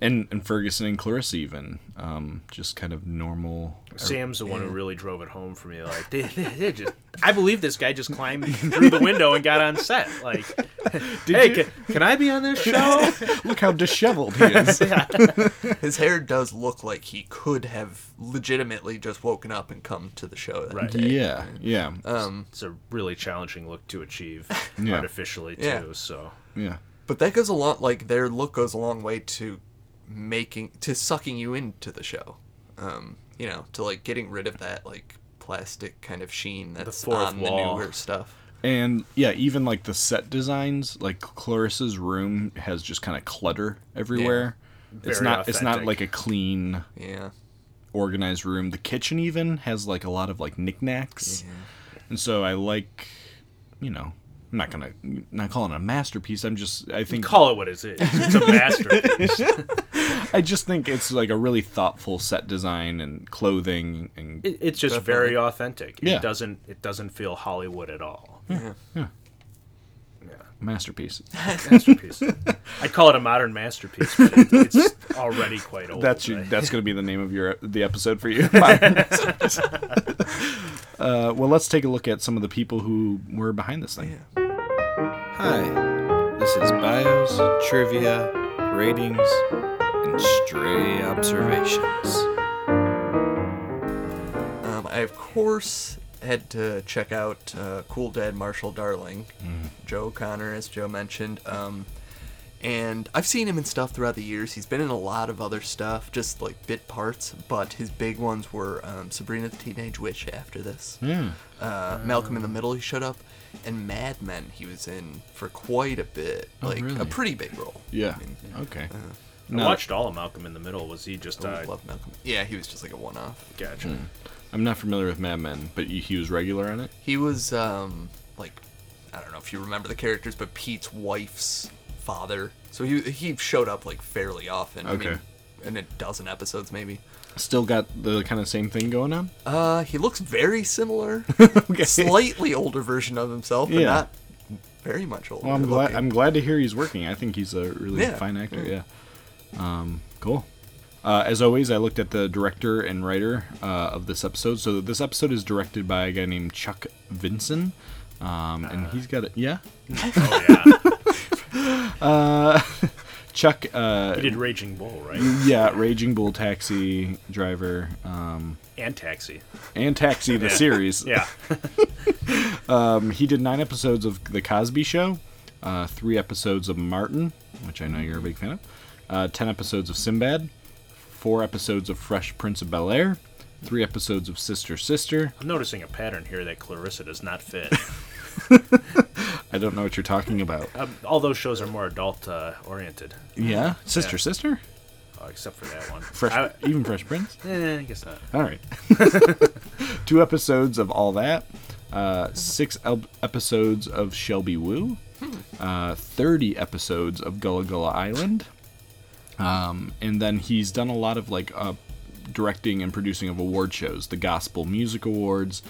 B: and and Ferguson and Clarissa even, um, just kind of normal.
D: Sam's the one who really drove it home for me. Like, they, they, they just, I believe this guy just climbed through the window and got on set. Like, hey,
B: you-
D: can, can I be on this show?
B: Look how disheveled he is.
C: His hair does look like he could have legitimately just woken up and come to the show that
D: Right.
C: day.
B: yeah, yeah,
C: Um,
D: It's a really challenging look to achieve
B: Yeah.
D: artificially too.
C: Yeah.
D: So
B: yeah.
C: but that goes a lot. Like their look goes a long way to making to sucking you into the show. Um, you know, to like getting rid of that like plastic kind of sheen that's
D: fourth
C: on
D: wall.
C: the newer stuff.
B: And yeah, even like the set designs, like Clarissa's room has just kind of clutter everywhere. it's
D: Very
B: not. It's not
D: authentic.
B: like a clean.
C: Yeah.
B: organized room. The kitchen even has like a lot of like knickknacks, and so I like, you know, I'm not gonna not calling it a masterpiece. I'm just I think
D: call it what it is. It's a masterpiece.
B: I just think it's like a really thoughtful set design and clothing and
D: It- it's just
C: Definitely.
D: very authentic. It
B: Yeah.
D: doesn't. It doesn't feel Hollywood at all.
B: masterpiece.
D: Masterpiece. I'd call it a modern masterpiece, but it, it's already quite old.
B: That's your,
D: right?
B: that's gonna be the name of your the episode for you. uh, well, let's take a look at some of the people who were behind this thing. Hi, this is bios, trivia, ratings, and stray observations.
C: Um, I of course had to check out uh, Cool Dad Marshall Darling,
B: Mm-hmm.
C: Joe Connor, as Joe mentioned. Um, and I've seen him in stuff throughout the years. He's been in a lot of other stuff, just like bit parts. But his big ones were um, Sabrina the Teenage Witch. After this,
B: Yeah.
C: uh, Malcolm in the Middle, he showed up, and Mad Men, he was in for quite a bit, like a
B: Oh, really?
C: pretty big role.
B: Yeah.
C: I mean,
B: Okay.
D: I
B: No,
D: watched all of Malcolm in the Middle. Was he just?
C: I
D: Uh,
C: Oh, love Malcolm. Yeah, he was just like a one-off.
D: gotcha.
B: I'm not familiar with Mad Men, but he- he was regular on it.
C: He was um like I don't know if you remember the characters, but Pete's wife's father. So he he showed up like fairly often. I mean,
B: Okay.
C: in a dozen episodes maybe.
B: Still got the kind of same thing going on.
C: Uh, he looks very similar.
B: Okay.
C: Slightly older version of himself, but
B: Yeah.
C: not very much older.
B: Well, I'm glad.
C: looking.
B: I'm glad to hear he's working. I think he's a really
C: Yeah,
B: fine actor. Yeah. Um, cool. Uh, as always, I looked at the director and writer uh, of this episode. So this episode is directed by a guy named Chuck Vinson, um, and he's got a, yeah.
D: Oh yeah.
B: Chuck, uh, Mm-hmm.
D: He did Raging Bull, right?
B: yeah, Raging Bull Taxi Driver um,
D: And Taxi.
B: and Taxi the
D: Yeah.
B: series.
D: Yeah.
B: Um, he did nine episodes of The Cosby Show, uh, three episodes of Martin, which I know you're a big fan of, uh, ten episodes of Sinbad, four episodes of Fresh Prince of Bel Air, three episodes of Sister Sister.
D: I'm noticing a pattern here that Clarissa does not fit.
B: I don't know what you're talking about.
D: Um, all those shows are more adult uh, oriented,
B: Yeah, Sister Sister,
D: uh, except for that one.
B: Fresh,
D: I,
B: even Fresh Prince.
D: eh, I guess not.
B: All right. Two episodes of all that. Uh, six el- episodes of Shelby Woo. Uh, Thirty episodes of Gullah Gullah Island. Um, and then he's done a lot of like uh, directing and producing of award shows, the Gospel Music Awards,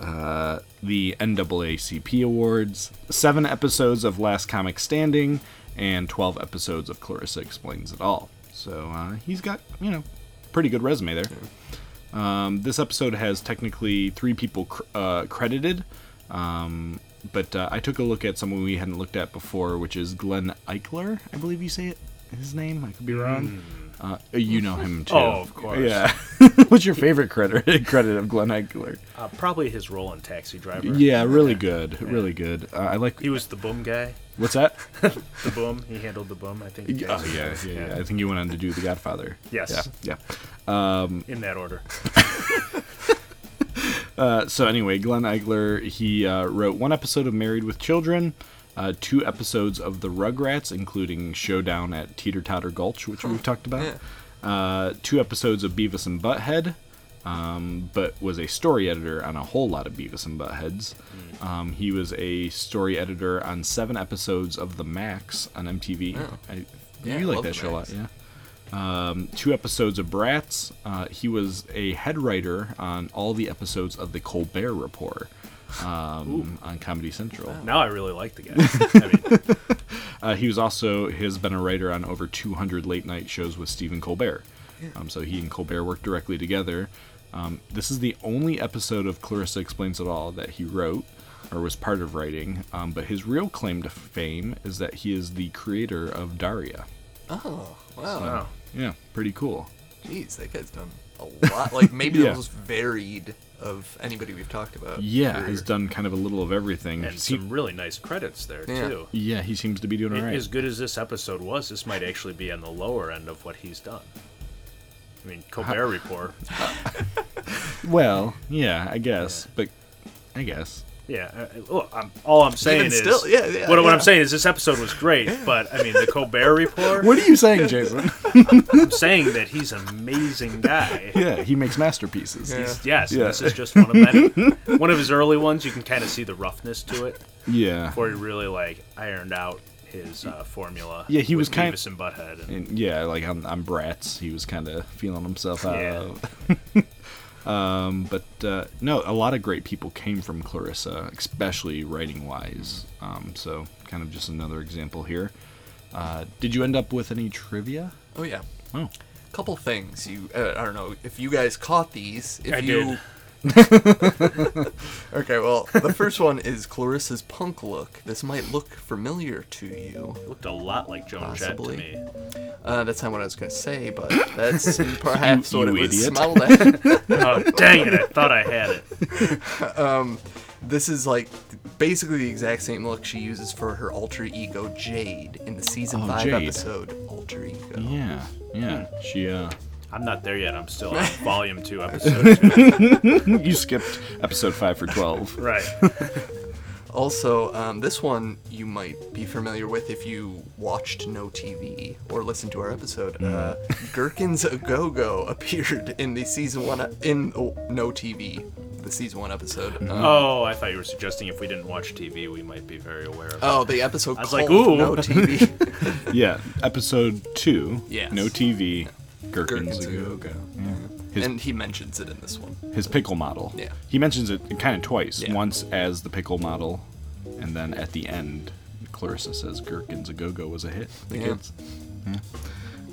B: uh, the NAACP Awards, seven episodes of Last Comic Standing, and twelve episodes of Clarissa Explains It All. So uh, he's got you know pretty good resume there. Um, this episode has technically three people cr- uh, credited, um, but uh, I took a look at someone we hadn't looked at before, which is Glenn Eichler, I believe you say it. His name, I could be wrong. Uh, you know him too.
D: Hmm. Oh, of course.
B: Yeah. What's your favorite credit credit of Glenn Eichler?
D: Uh, probably his role in Taxi Driver.
B: Yeah, really good, really good. Uh, I like.
D: He was the boom guy.
B: What's that?
D: The boom. He handled the boom, I think.
B: Oh yeah, yeah, yeah. I think you went on to do The Godfather.
D: Yes.
B: Yeah, yeah.
D: In that order.
B: Uh, so anyway, Glenn Eigler he uh, wrote one episode of Married with Children, uh, two episodes of The Rugrats, including Showdown at Teeter Totter Gulch, which we've talked about, uh, two episodes of Beavis and Butthead, um, but was a story editor on a whole lot of Beavis and Buttheads.
C: Mm.
B: Um, he was a story editor on seven episodes of The Max on MTV. I,
C: Oh. Yeah, I
B: you like
C: love
B: that
C: The
B: show a lot,
C: Max.
B: yeah two episodes of Bratz. Uh, he was a head writer on all the episodes of the Colbert Report um, on Comedy Central.
C: Oh.
D: Now I really like the guy. I mean,
B: Uh, he was also has been a writer on over 200 late night shows with Stephen Colbert. Um, so he and Colbert worked directly together. Um, this is the only episode of Clarissa Explains It All that he wrote or was part of writing. Um, but his real claim to fame is that he is the creator of Daria.
C: Oh, wow.
D: wow.
B: Yeah, pretty cool.
C: Jeez, that guy's done a lot. Like maybe
B: Yeah.
C: the most varied of anybody we've talked about.
B: Yeah,
C: Or-
B: he's done kind of a little of everything.
D: And
B: He-
D: some really nice credits there,
C: Yeah.
D: too.
B: Yeah, he seems to be doing all right.
D: As good as this episode was, this might actually be on the lower end of what he's done. I mean, Colbert Report.
B: Well, yeah, I guess, but I guess.
D: Yeah. I- I- Look, I'm, all I'm saying is,
C: still, yeah, yeah,
D: what, what I'm
C: yeah.
D: saying is, this episode was great, but I mean, the Colbert Report.
B: What are you saying, Jason?
D: I'm saying that he's an amazing guy.
B: yeah, he makes masterpieces.
C: Yeah.
D: Yes,
B: Yeah.
D: this is just one of many. one of his early ones. You can kind of see the roughness to it,
B: Yeah.
D: where he really like ironed out his uh, formula.
B: Yeah, he
D: with
B: was kind-
D: Beavis and Butthead. And,
B: And yeah, like on, on Bratz, he was kind of feeling himself
D: Yeah.
B: out. um, but uh, no, a lot of great people came from Clarissa, especially writing wise. Um, so, kind of just another example here. Uh, did you end up with any trivia?
C: Oh yeah.
B: Oh,
C: Couple things. You, uh, I don't know if you guys caught these. If
D: I
C: you... okay, well, the first one is Clarissa's punk look. This might look familiar to you.
D: Looked a lot like Joan Jett to
C: Possibly.
D: me.
C: Uh, that's not what I was going to say, but that's perhaps what
B: you
C: it was
B: idiot.
C: smelled at.
D: Oh, dang it! I thought I had it.
C: This is like basically the exact same look she uses for her alter ego Jade in the season
B: Oh,
C: five
B: Jade.
C: episode Alter Ego.
B: yeah, yeah. She, uh,
D: I'm not there yet. I'm still on volume two, episode two.
B: you skipped episode five for twelve.
D: Right.
C: Also, um, this one you might be familiar with if you watched No TV or listened to our episode.
B: Mm.
C: Uh, Gherkins a Go Go appeared in the season one e- in oh, No TV, the season one episode.
B: Mm.
C: Uh,
D: Oh, I thought you were suggesting if we didn't watch TV, we might be very aware of. it.
C: oh, the episode
D: I was like,
C: called
D: ooh.
C: No TV.
B: Yeah, episode two.
C: Yes.
B: No TV. Gherkins,
C: Gherkins a
B: ago.
C: Go Go,
B: His-
C: and he mentions it in this one.
B: His pickle model.
C: Yeah.
B: He mentions it kind of twice.
C: Yeah.
B: Once as the pickle model, and then at the end, Clarissa says Gherkins a Go Go was a hit. The
C: Yeah.
B: kids.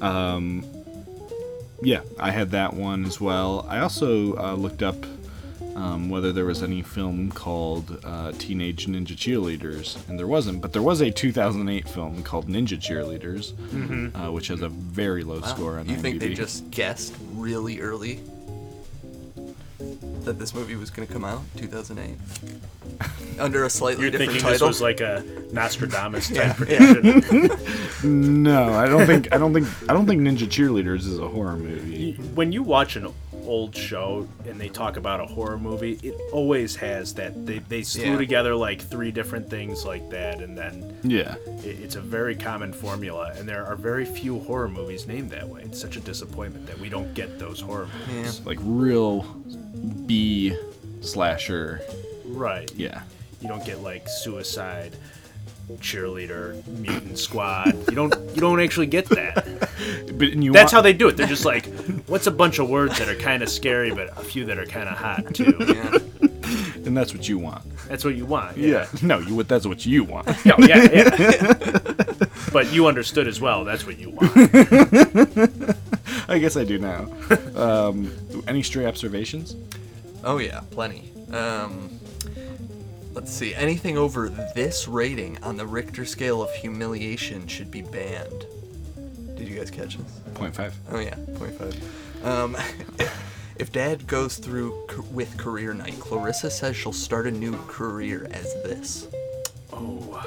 B: Yeah. Um. Yeah, I had that one as well. I also uh, looked up um, whether there was any film called uh, Teenage Ninja Cheerleaders, and there wasn't, but there was a 2008 film called Ninja Cheerleaders, uh, which has a very low score on
C: Mm-hmm. You think they
B: IMDb.
C: just guessed really early that this movie was going to come out 2008 under a slightly
D: You're
C: different
D: thinking
C: title?
D: this was like a Nostradamus type
C: Yeah,
D: prediction.
B: No, I don't think I don't think I don't think Ninja Cheerleaders is a horror movie.
D: when you watch an old show and they talk about a horror movie, it always has that they, they slew
C: Yeah.
D: together like three different things like that, and then
B: Yeah.
D: it, it's a very common formula. And there are very few horror movies named that way. It's such a disappointment that we don't get those horror
C: yeah.
D: movies.
B: Like real B slasher.
D: Right?
B: Yeah.
D: You don't get like Suicide, Cheerleader, Mutant Squad. You don't you don't actually get that.
B: But and you
D: That's how
B: want-
D: they do it. They're just like, what's a bunch of words that are kind of scary, but a few that are kind of hot too.
C: yeah.
B: and that's what you want.
D: That's what you want.
B: No, you what that's what you want.
D: No, yeah, yeah. but you understood as well. That's what you want.
B: I guess I do now. Um, any stray observations?
C: Oh yeah, plenty. Um, let's see. Anything over this rating on the Richter scale of humiliation should be banned. Did you guys catch this?
B: Point five.
C: Oh yeah, 0.5. Um, if Dad goes through c- with career night, Clarissa says she'll start a new career as this.
D: Oh.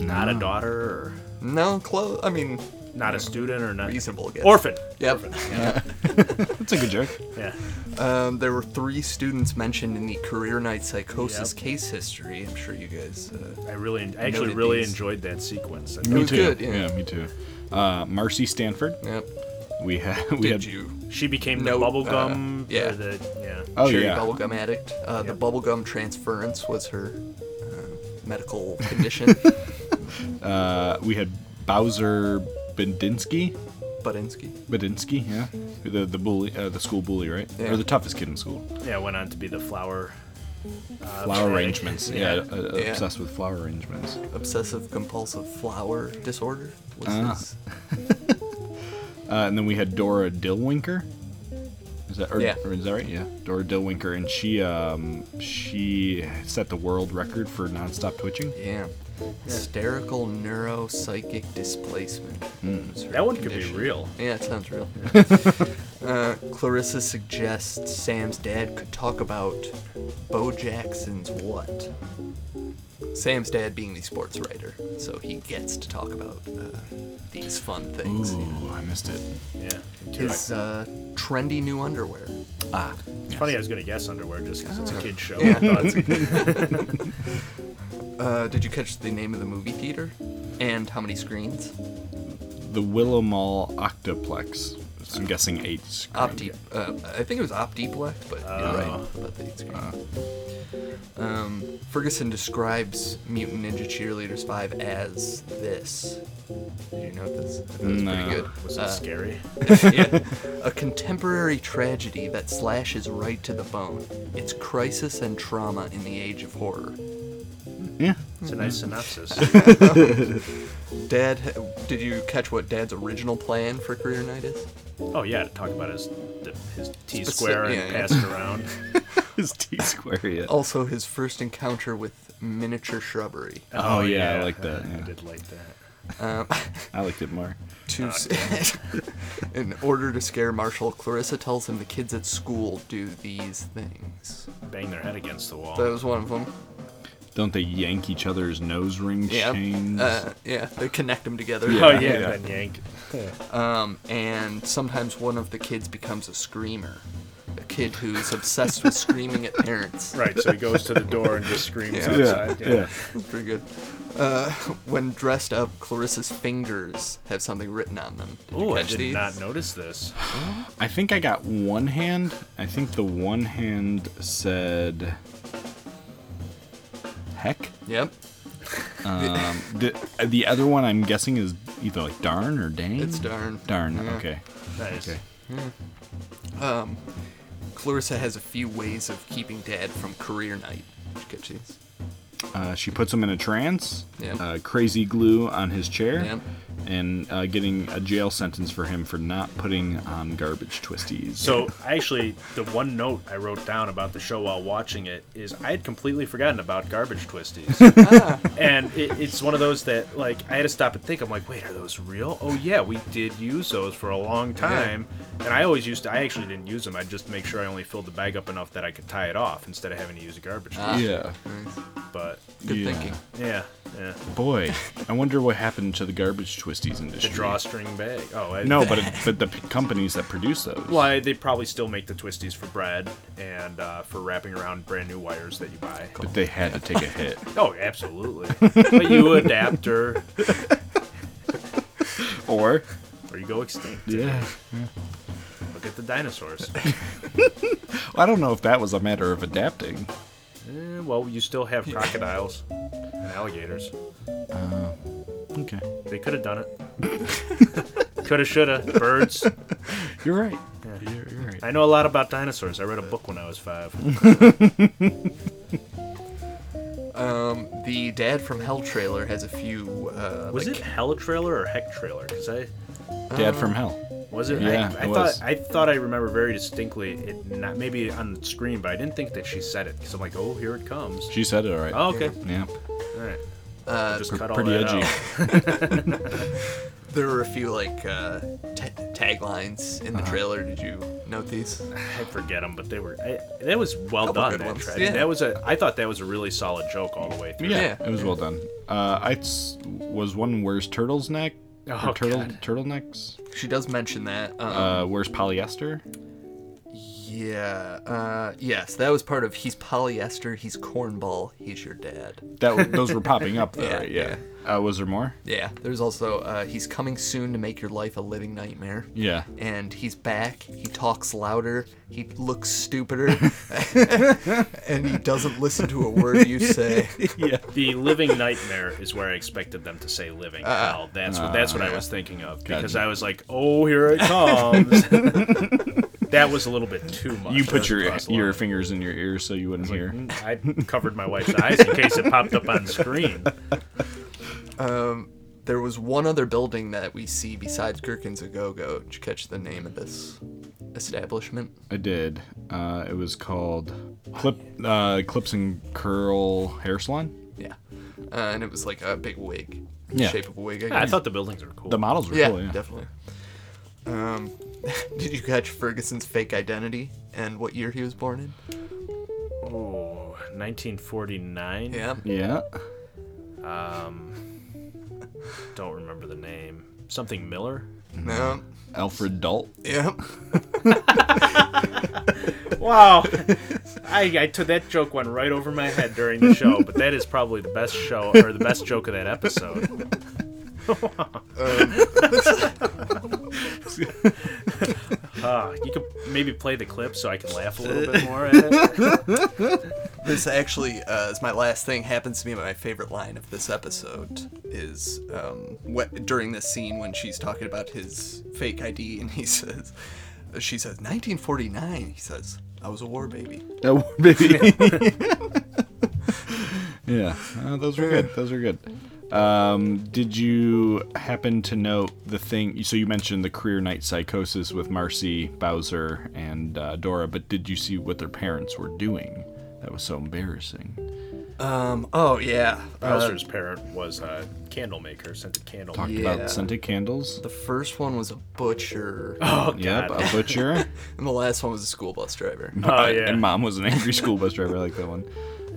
D: Not a daughter, or
C: No, close. I mean,
D: not a student, or not
C: reasonable guess.
D: orphan.
C: Yep.
B: That's a good joke.
D: Yeah.
C: Um, there were three students mentioned in the career night psychosis
D: Yep.
C: case history. I'm sure you guys. Uh,
D: I really, I actually
C: Noted
D: really
C: these.
D: enjoyed that sequence. I
C: Me
D: thought
C: was too. good, yeah.
B: me too. Uh, Marcy Stanford.
C: yep.
B: We had we had
C: Did you?
D: She became the
C: No,
D: bubblegum.
C: uh, yeah. Uh,
D: or the- yeah.
B: Oh
C: Cherry
B: yeah.
C: bubblegum addict. Uh, The
D: Yep.
C: bubblegum transference was her uh, medical condition.
B: Uh, we had Bowser Bendinsky.
C: Budinsky.
B: Badinsky, yeah, the the bully, uh, the school bully, right?
C: Yeah.
B: Or the toughest kid in school.
D: Yeah. Went on to be the flower. Uh,
B: Flower
D: fanatic.
B: arrangements, yeah, uh,
C: Yeah.
B: obsessed with flower arrangements.
C: Obsessive compulsive flower disorder. Was
B: Ah.
C: his-
B: Uh, and then we had Dora Dillwinker. Is that or,
C: Yeah.
B: or is that right? Yeah, Dora Dillwinker, and she um she set the world record for nonstop twitching.
C: Yeah. Hysterical neuropsychic displacement.
B: Hmm.
C: was her
D: That one could
C: condition.
D: be real.
C: Yeah, it sounds real. uh, Clarissa suggests Sam's dad could talk about Bo Jackson's what? Sam's dad being the sports writer, so he gets to talk about uh, these fun things.
B: Ooh, I missed it.
D: Yeah.
C: His uh, trendy new underwear.
B: Ah,
D: It's funny I was gonna guess underwear just because it's a kid show.
C: Uh, Yeah.
D: I thought it's-
C: Uh, did you catch the name of the movie theater? And how many screens?
B: the Willow Mall Octoplex. So I'm guessing eight. screen.
C: Opti. Uh, I think it was Optiplex, but you're
D: Oh.
C: right about the eight screen. Um, Ferguson describes Mutant Ninja Cheerleaders 5 as this. Did you know this? I thought it was
B: No.
C: pretty good.
D: Was it
C: Uh,
D: scary?
C: yeah. A contemporary tragedy that slashes right to the bone. It's crisis and trauma in the age of horror.
B: Yeah.
D: It's a
C: mm.
D: nice synopsis.
C: Dad, did you catch what Dad's original plan for career night is?
D: Oh yeah, to talk about his the, his T
C: Speci-
D: square and
C: yeah, yeah.
D: pass it around.
B: His T square. Yeah.
C: Also, his first encounter with miniature shrubbery.
B: Oh, yeah, I like that,
D: I
B: yeah.
D: did like that.
C: Um,
B: I liked it more.
C: To s- in order to scare Marshall, Clarissa tells him the kids at school do these things.
D: Bang their head against the wall.
C: That was one of them.
B: Don't they yank each other's nose ring
C: Yeah.
B: chains?
C: Uh, yeah, they connect them together.
D: oh yeah,
B: yeah.
D: then yanked.
C: Um, and sometimes one of the kids becomes a screamer. A kid who's obsessed with screaming at parents.
D: Right, so he goes to the door and just screams
C: Yeah.
D: outside. Yeah.
C: That's pretty good. Uh, when dressed up, Clarissa's fingers have something written on them. Did you
D: Ooh, I
C: catch
D: did
C: these?
D: not notice this.
B: I think I got one hand. I think the one hand said heck.
C: Yep.
B: Um, the, the other one I'm guessing is either like darn or dang.
C: It's darn.
B: Darn.
C: Yeah.
B: Okay.
D: Nice.
B: Okay.
C: Um, Clarissa has a few ways of keeping Dad from career night. Did you catch these?
B: Uh, she puts him in a trance.
C: Yep.
B: Uh, crazy glue on his chair.
C: Yep.
B: and uh, getting a jail sentence for him for not putting on garbage twisties.
D: So actually, the one note I wrote down about the show while watching it is I had completely forgotten about garbage twisties, and it, it's one of those that like I had to stop and think. I'm like, wait, are those real? Oh yeah, we did use those for a long time, and I always used to. I actually didn't use them. I just make sure I only filled the bag up enough that I could tie it off instead of having to use a garbage.
C: Ah.
B: yeah,
D: But
C: Good
B: Yeah.
C: thinking.
D: yeah, yeah,
B: boy, I wonder what happened to the garbage twisties industry.
D: the drawstring bag. Oh I,
B: No, but it, but the p- companies that produce those.
D: Well, I- they probably still make the twisties for bread and uh, for wrapping around brand new wires that you buy.
B: But they had to take a hit.
D: Oh, absolutely. but you adapt or,
B: Or
D: or you go extinct.
B: yeah,
D: Look at the dinosaurs. Eh,
B: I don't know if that was a matter of adapting.
D: Eh, well, you still have crocodiles and alligators.
B: Okay,
D: They could have done it. Coulda, shoulda. Birds.
B: you're right. You're, you're right.
D: I know a lot about dinosaurs. I read a book when I was five.
C: Um, the Dad from Hell trailer has a few. Uh,
D: Was
C: like,
D: it Hell Trailer or Heck Trailer? Because I
B: Dad from Hell.
D: was it.
B: Yeah,
D: I, I
B: it
D: thought
B: was.
D: I thought I remember very distinctly. It not maybe on the screen, but I didn't think that she said it because I'm like, oh, here it comes.
B: She said it all right.
D: Oh, okay.
B: Yeah.
D: All right.
C: Uh,
D: Just
B: Pre-
D: cut all
B: pretty
D: that
B: edgy.
D: out.
C: There were a few like uh, t- taglines in the
D: Uh-huh.
C: trailer. Did you note these?
D: I forget them, but they were. I, that was well
C: Couple
D: done.
C: good
D: That,
C: ones.
D: tra- I mean,
C: Yeah.
D: that was a. I thought that was a really solid joke all the way through.
B: Yeah,
C: Yeah.
B: it was well done. Uh, I s- was one. Where's turtle's neck?
D: Oh,
B: or turtle
D: God.
B: turtlenecks?
C: She does mention that. Um,
B: Uh, where's polyester?
C: yeah. Uh, yes, that was part of. He's polyester. He's cornball. He's your dad.
B: That w- those were popping up though. Yeah.
C: Yeah,
B: Right? yeah. Uh, was there more?
C: Yeah. There's also. Uh, he's coming soon to make your life a living nightmare.
B: Yeah.
C: And he's back. He talks louder. He looks stupider. and he doesn't listen to a word you say.
D: The living nightmare is where I expected them to say living hell. That's what that's what I was thinking of because
B: Uh, Gotcha.
D: I was like, oh, here it comes. that was a little bit too much.
B: You put
D: That
B: your
D: crossed the
B: your
D: line.
B: fingers in your ears so you wouldn't hear.
D: I covered my wife's eyes in case it popped up on screen.
C: There was one other building that we see besides Gherkins a Go Go. Did you catch the name of this establishment?
B: I did. Uh, it was called Clip uh, Clips and Curl Hair Salon.
C: Yeah. Uh, and it was like a big wig.
B: Yeah.
C: Shape of a wig, I
D: I
C: guess.
D: thought the buildings were cool.
B: The models were
C: yeah,
B: cool. Yeah.
C: definitely. Um, did you catch Ferguson's fake identity and what year he was born in?
D: Ooh, 1949.
C: Yeah.
B: Yeah.
D: Don't remember the name. Something Miller.
C: No.
B: Alfred Dalt.
C: Yeah.
D: Wow. I, I took that joke went right over my head during the show, but that is probably the best show or the best joke of that episode. Ah, you could maybe play the clip so I can laugh a little bit more at it.
C: This actually uh, is my last thing. Happens to be my favorite line of this episode is um, what, during this scene when she's talking about his fake ID and he says, she says 1949. He says, I was a war baby.
B: Oh, baby. yeah, uh, those were good. Those were good. Um, did you happen to note the thing? So you mentioned the career night psychosis with Marcy, Bowser, and uh, Dora, but did you see what their parents were doing? That was so embarrassing.
C: Um. Oh yeah. Uh,
D: Bowser's parent was a candle maker, scented candle
B: Talked
D: maker.
C: Yeah.
B: about scented candles.
C: the first one was a butcher,
D: Oh, God.
B: Yep, a butcher.
C: and the last one was a school bus driver.
D: Oh, yeah.
B: And mom was an angry school bus driver. I like that one.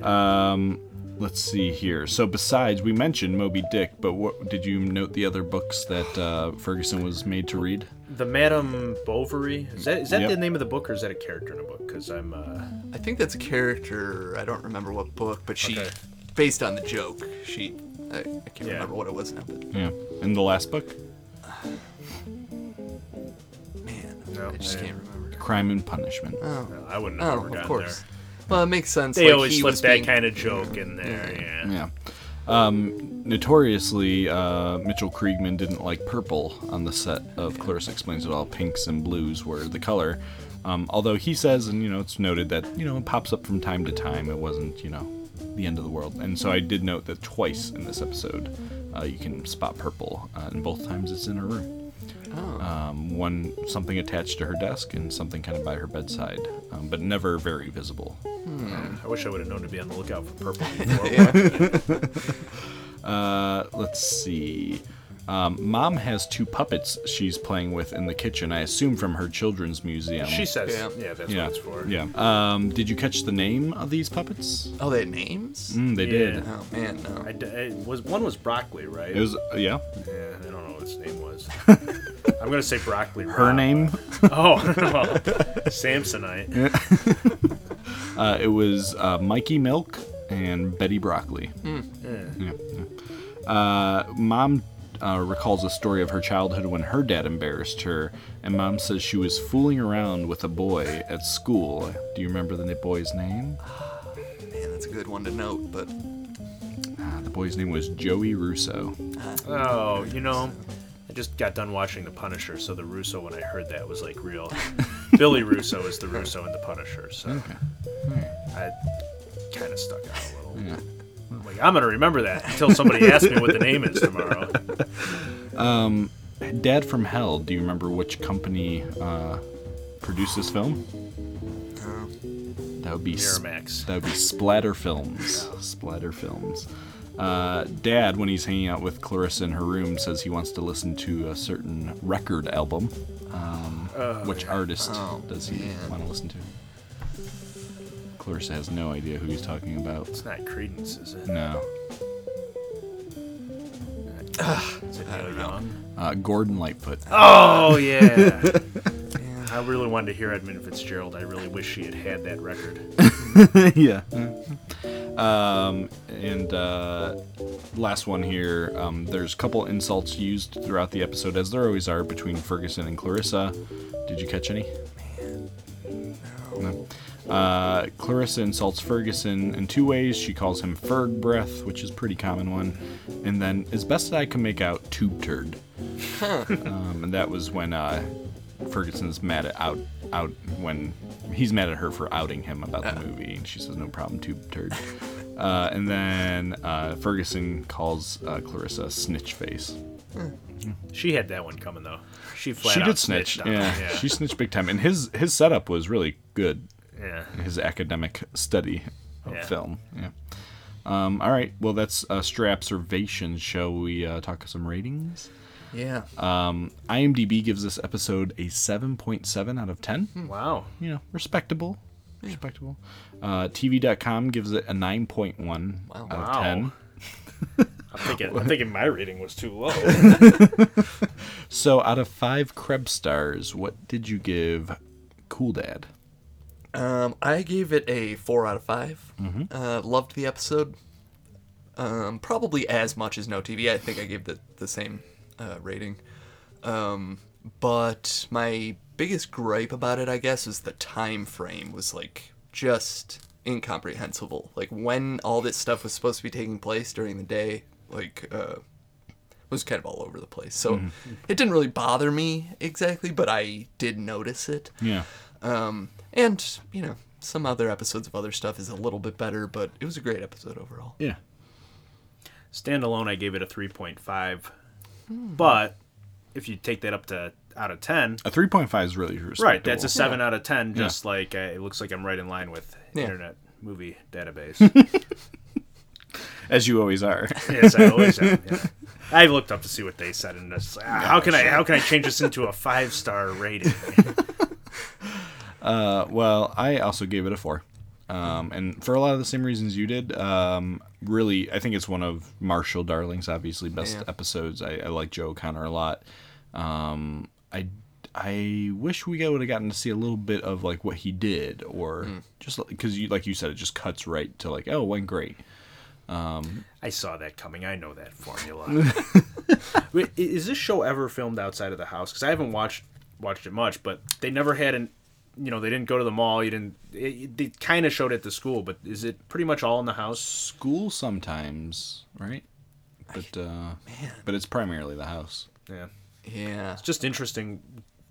B: Um, let's see here. So besides, we mentioned Moby Dick, but what did you note the other books that uh, Ferguson was made to read?
D: The Madame Bovary. Is that, is that
B: Yep.
D: the name of the book or is that a character in a book? Because I'm. Uh,
C: I think that's a character. I don't remember what book, but she,
D: Okay.
C: based on the joke, she. I, I can't
D: Yeah.
C: remember what it was now, but
B: Yeah. And the last book,
C: man,
D: No,
C: I just
D: I-
C: can't remember.
B: Crime and Punishment.
D: I wouldn't have
C: Oh,
D: ever
C: of
D: gotten
C: course.
D: there.
C: Well, it makes sense.
D: They
C: like,
D: always
C: he
D: slip
C: was
D: that
C: being-
D: kind of joke in there, yeah.
B: Yeah. Um, notoriously, uh, Mitchell Kriegman didn't like purple on the set of Clarissa Explains It All. Pinks and blues were the color. Um, although he says, and you know, it's noted that you know it pops up from time to time. It wasn't you know the end of the world. And so I did note that twice in this episode, uh, you can spot purple, uh, and both times it's in her room. Um, one something attached to her desk and something kind of by her bedside, um, but never very visible.
D: I wish I would have known to be on the lookout for purple. before.
B: Uh, let's see. Um, Mom has two puppets she's playing with in the kitchen. I assume from her children's museum.
D: She says,
C: Yeah.
D: yeah, that's
B: yeah,
D: what it's for.
B: yeah. Um, did you catch the name of these puppets?
C: Oh, they had names?
B: Mm, they did.
D: Yeah.
C: Oh, man, no.
D: I, d- I was one was broccoli, right?
B: It was uh, yeah.
D: yeah, I don't know what his name was. I'm gonna say broccoli.
B: Her
D: Rob.
B: name.
D: Oh, no. Samsonite.
B: Uh, it was uh, Mikey Milk and Betty Broccoli.
D: Mm,
B: Yeah, yeah. Uh, Mom uh, recalls a story of her childhood when her dad embarrassed her, and Mom says she was fooling around with a boy at school. Do you remember the boy's name?
C: Man, that's a good one to note, but
B: Ah, the boy's name was Joey Russo.
D: Oh, you know, I just got done watching The Punisher, so the Russo when I heard that was like real. Billy Russo is the Russo in The Punisher, so I kind of stuck out a little. I'm like I'm gonna remember that until somebody asks me what the name is tomorrow.
B: Dad from Hell. Do you remember which company uh, produced this film? That would be Sp-
D: Miramax.
B: That would be Splatter Films. Splatter Films. Uh, Dad, when he's hanging out with Clarissa in her room, says he wants to listen to a certain record album. Um, which artist does he want to listen to? Clarissa has no idea who he's talking about.
D: It's not Credence, is it?
B: No.
D: Is it Neil Young?
B: Uh, Gordon Lightfoot.
D: Oh yeah. I really wanted to hear Edmund Fitzgerald. I really wish she had had that record.
B: yeah. Um, and uh, last one here. Um, there's a couple insults used throughout the episode, as there always are, between Ferguson and Clarissa. Did you catch any? No. Uh, Clarissa insults Ferguson in two ways. She calls him Ferg Breath, which is a pretty common one, and then, as best I can make out, Tube Turd. um, and that was when uh, Ferguson's mad at out out when he's mad at her for outing him about
D: Uh.
B: the movie, and she says no problem, tube turd. uh, and then uh, Ferguson calls uh, Clarissa snitch face.
D: She had that one coming though. She flat
B: she
D: out
B: did snitch,
D: snitched on
B: yeah,
D: him.
B: She snitched big time, and his his setup was really good.
D: yeah.
B: His academic study of
D: Yeah.
B: film, yeah. Um, all right, well that's uh, Stray Observation. Shall we uh, talk some ratings?
C: yeah.
B: IMDb gives this episode a 7.7 out of 10.
D: Wow.
B: you know, respectable. Respectable. Uh, TV.com gives it a 9.1 out of
D: Wow.
B: 10.
D: I'm thinking, I'm thinking my rating was too low.
B: So, out of five Krebs stars, what did you give Cool Dad?
C: Um, I gave it a four out of 5 Uh, loved the episode. Um, probably as much as No TV. I think I gave the the same uh, rating. Um, but my biggest gripe about it, I guess, is the time frame was like just incomprehensible. Like when all this stuff was supposed to be taking place during the day, like uh, was kind of all over the place. So it didn't really bother me exactly, but I did notice it.
B: Yeah.
C: Um, and you know, some other episodes of other stuff is a little bit better, but it was a great episode overall.
B: Yeah.
D: Standalone, I gave it a 3.5.
B: Hmm.
D: But if you take that up to out of 10,
B: A 3.5 is really respectable.
D: right, that's a 7 out of 10, just like uh, it looks like I'm right in line with
C: Yeah.
D: Internet Movie Database.
B: As you always are.
D: yes, I always have. Yeah. I looked up to see what they said, and it's like, ah, how can I how can I change this into a five star rating?
B: Uh, well, I also gave it a four. Um, and for a lot of the same reasons you did, um, really, I think it's one of Marshall Darling's obviously best
C: Yeah.
B: episodes. I, I like Joe O'Connor a lot. Um, I I wish we would have gotten to see a little bit of like what he did, or
D: Hmm.
B: just because you like you said, it just cuts right to like oh, it went great.
D: I saw that coming. I know that formula. Wait, i- is this show ever filmed outside of the house? Because I haven't watched watched it much, but they never had an. You know, they didn't go to the mall. You didn't. It, it- they kind of showed it at the school, but is it pretty much all in the house?
B: School sometimes, right? But uh, but it's primarily the house.
D: Yeah.
C: Yeah,
D: It's just interesting.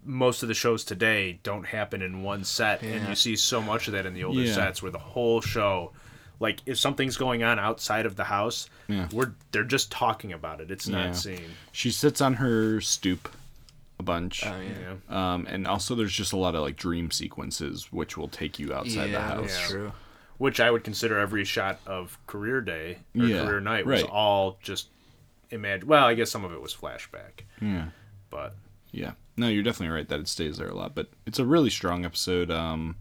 D: Most of the shows today don't happen in one set, and
C: Yeah.
D: you see so much of that in the older
B: Yeah.
D: sets where the whole show like if something's going on outside of the house,
B: Yeah.
D: we're they're just talking about it. It's
B: Yeah.
D: not seen.
B: She sits on her stoop a bunch.
D: You know?
B: Um, and also, there's just a lot of like dream sequences, which will take you outside the
C: yeah,
B: house.
C: that's
D: Yeah.
C: true.
D: Which I would consider every shot of career day or
B: Yeah,
D: career night was
B: right.
D: all just imagine. Well, I guess some of it was flashback.
B: Yeah.
D: But
B: Yeah. No, you're definitely right that it stays there a lot, but it's a really strong episode. Um,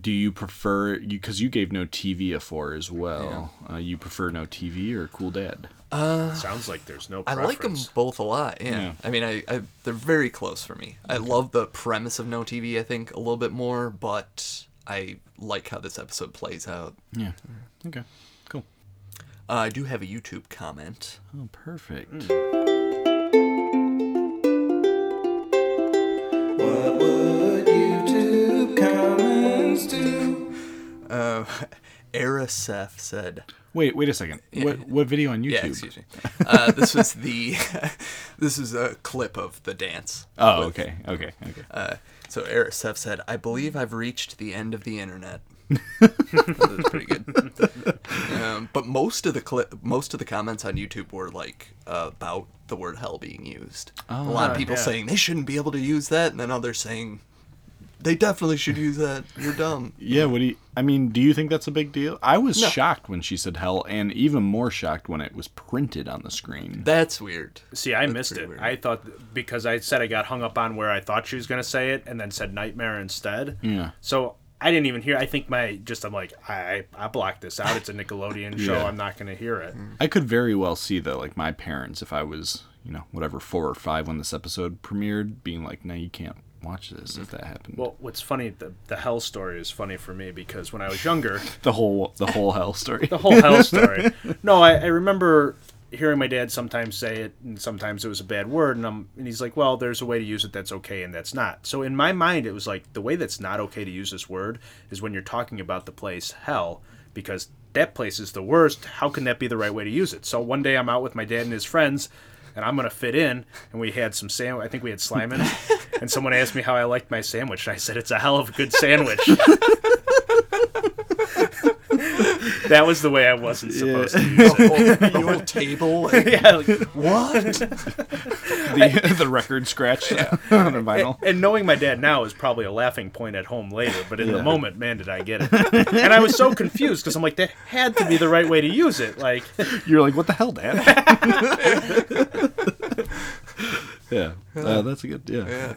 B: do you prefer you because you gave no TV a four as well? Uh, you prefer no TV or Cool Dad?
D: sounds like there's no
C: I
D: preference.
C: like them both a lot. Yeah.
B: Yeah.
C: I mean, I, I they're very close for me. I love the premise of No TV. I think a little bit more, but I like how this episode plays out.
B: Yeah. Okay. Cool.
C: Uh, I do have a YouTube comment.
B: Oh, perfect.
C: Mm. Uh, Arasef said,
B: Wait, wait a second. What what video on YouTube?
C: "Yeah, excuse me. Uh, this was the this is a clip of the dance."
B: Oh, okay, okay, okay.
C: Uh, so Arasef said, "I believe I've reached the end of the internet." That's pretty good. Um, but most of the clip, most of the comments on YouTube were like uh, about the word hell being used. a lot of people
D: yeah.
C: saying they shouldn't be able to use that, and then others saying they definitely should use that. You're dumb.
B: yeah, what do you? I mean, do you think that's a big deal? I was
C: No.
B: shocked when she said hell, and even more shocked when it was printed on the screen.
C: That's weird.
D: See, I missed
C: pretty
D: it.
C: weird.
D: I thought because I said I got hung up on where I thought she was going to say it, and then said nightmare instead.
B: Yeah.
D: So I didn't even hear. I think my just I'm like I I blocked this out. It's a Nickelodeon show.
B: Yeah.
D: I'm not going to hear it.
B: I could very well see though, like my parents, if I was, you know, whatever four or five when this episode premiered, being like, "No, you can't watch this if that happened."
D: Well, what's funny the the hell story is funny for me because when I was younger,
B: the whole the whole hell story.
D: the whole hell story. No, I, I remember hearing my dad sometimes say it, and sometimes it was a bad word, and I'm and he's like, "Well, there's a way to use it that's okay, and that's not." So in my mind, it was like the way that's not okay to use this word is when you're talking about the place hell, because that place is the worst. How can that be the right way to use it? So one day I'm out with my dad and his friends. And I'm gonna fit in, and we had some sandwich. I think we had slime in, it. and someone asked me how I liked my sandwich, and I said it's a hell of a good sandwich. that was the way I wasn't supposed to
C: The whole, the whole table. Like,
D: yeah, like-
C: what?
B: the, the record scratch on the vinyl.
D: and knowing my dad now is probably a laughing point at home later, but in
B: Yeah.
D: the moment, man, did I get it. and I was so confused because I'm like, that had to be the right way to use it. Like,
B: You're like, "What the hell, Dad?" yeah, uh, that's a good.
C: Yeah.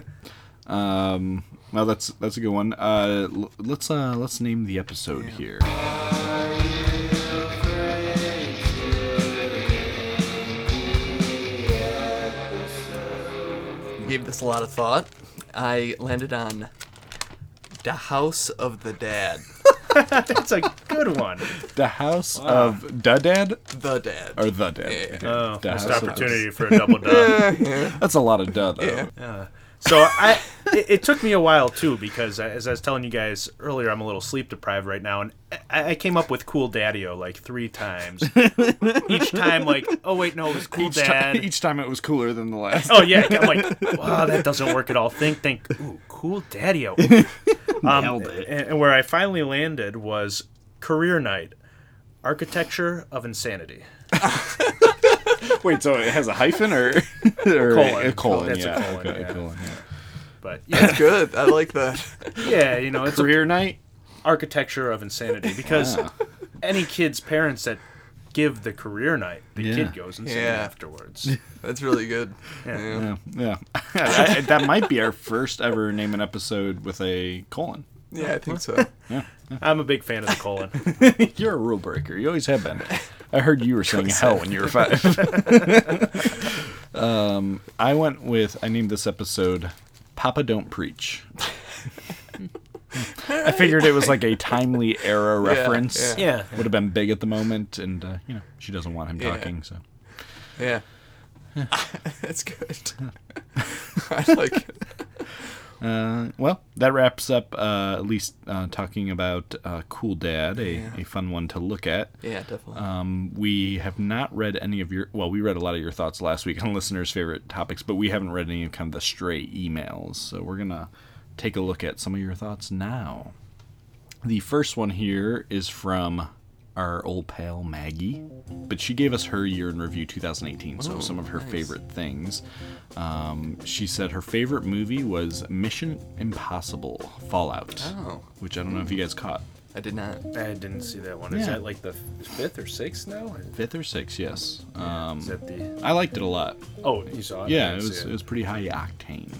B: Um, well, that's that's a good one. Uh, l- let's uh, let's name the episode here.
C: Gave this a lot of thought. I landed on the house of the dad.
D: that's a good one.
B: The House of Da Dad
C: The dad.
B: or the Dad.
C: Yeah.
D: Oh,
B: The
D: missed
B: House of-
D: opportunity for a double dub.
B: That's a lot of duh though.
D: So I, it, it took me a while too because I, as I was telling you guys earlier, I'm a little sleep deprived right now, and I, I came up with Cool Daddio like three times. Each time, like, oh wait, no, it was Cool
B: Each, ti-
D: Dad.
B: each time it was cooler than the last.
D: Oh yeah, I'm like, wow, that doesn't work at all. Think, think, ooh, cool daddy-o. Um,
B: Nailed it.
D: And, and where I finally landed was career night, architecture of insanity.
B: Wait, so it has a hyphen or, or
D: Colon.
B: a colon?
D: That's a
B: yeah,
D: colon,
B: okay,
D: yeah.
B: yeah.
D: But yeah,
C: Good. I like that.
D: yeah, you know, it's a
B: Career night.
D: architecture of insanity because any kid's parents that give the career night, the
B: Yeah.
D: kid goes insane
C: Yeah.
D: afterwards.
C: That's really good. Yeah.
B: Yeah, yeah. I- I- that might be our first ever name an episode with a colon.
C: Yeah, I think so.
D: I'm a big fan of the colon.
B: You're a rule breaker. You always have been. I heard you were saying hell when you were five. um, I went with I named this episode "Papa Don't Preach." I figured it was like a timely era reference.
D: yeah.
B: would have been big at the moment, and uh, you know she doesn't want him
C: Yeah.
B: talking, so.
C: Yeah. That's good. I like it.
B: Uh, well, that wraps up uh, at least uh, talking about uh, Cool Dad, a, a fun one to look at.
C: Yeah, definitely.
B: Um, we have not read any of your, well, we read a lot of your thoughts last week on listeners' favorite topics, but we haven't read any of kind of the stray emails. So we're going to take a look at some of your thoughts now. The first one here is from our old pal Maggie, but she gave us her year in review 2018, so some of her favorite things. Um, she said her favorite movie was Mission Impossible Fallout,
C: Oh.
B: which I don't know if you guys caught.
C: I did not.
D: I didn't see that one. Is
B: Yeah.
D: that like the f- fifth or sixth now?
B: Fifth or sixth, yes. Um,
D: Is that the?
B: I liked it a lot.
D: Oh, you saw it.
B: Yeah,
D: I
B: it
D: didn't see
B: was it was pretty high octane.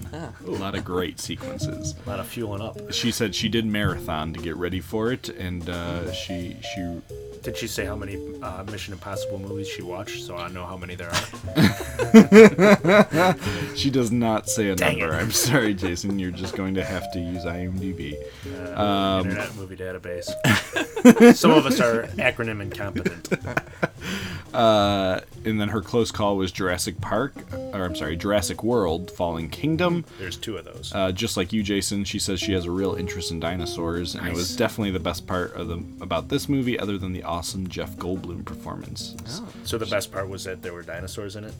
B: A lot of great sequences.
D: a lot of fueling up.
B: She said she did marathon to get ready for it, and uh, she she
D: Did she say how many uh, Mission Impossible movies she watched? So I know how many there are.
B: she does not say a
D: Dang
B: number.
D: it.
B: I'm sorry, Jason. You're just going to have to use IMDb. Um,
D: Internet Movie Database. Some of us are acronym incompetent.
B: Uh, and then her close call was Jurassic Park, or I'm sorry, Jurassic World: Fallen Kingdom.
D: There's two of those.
B: Uh, just like you, Jason, she says she has a real interest in dinosaurs, and it was
D: Nice.
B: definitely the best part of the about this movie, other than the awesome Jeff Goldblum performance.
D: so the best part was that there were dinosaurs in it.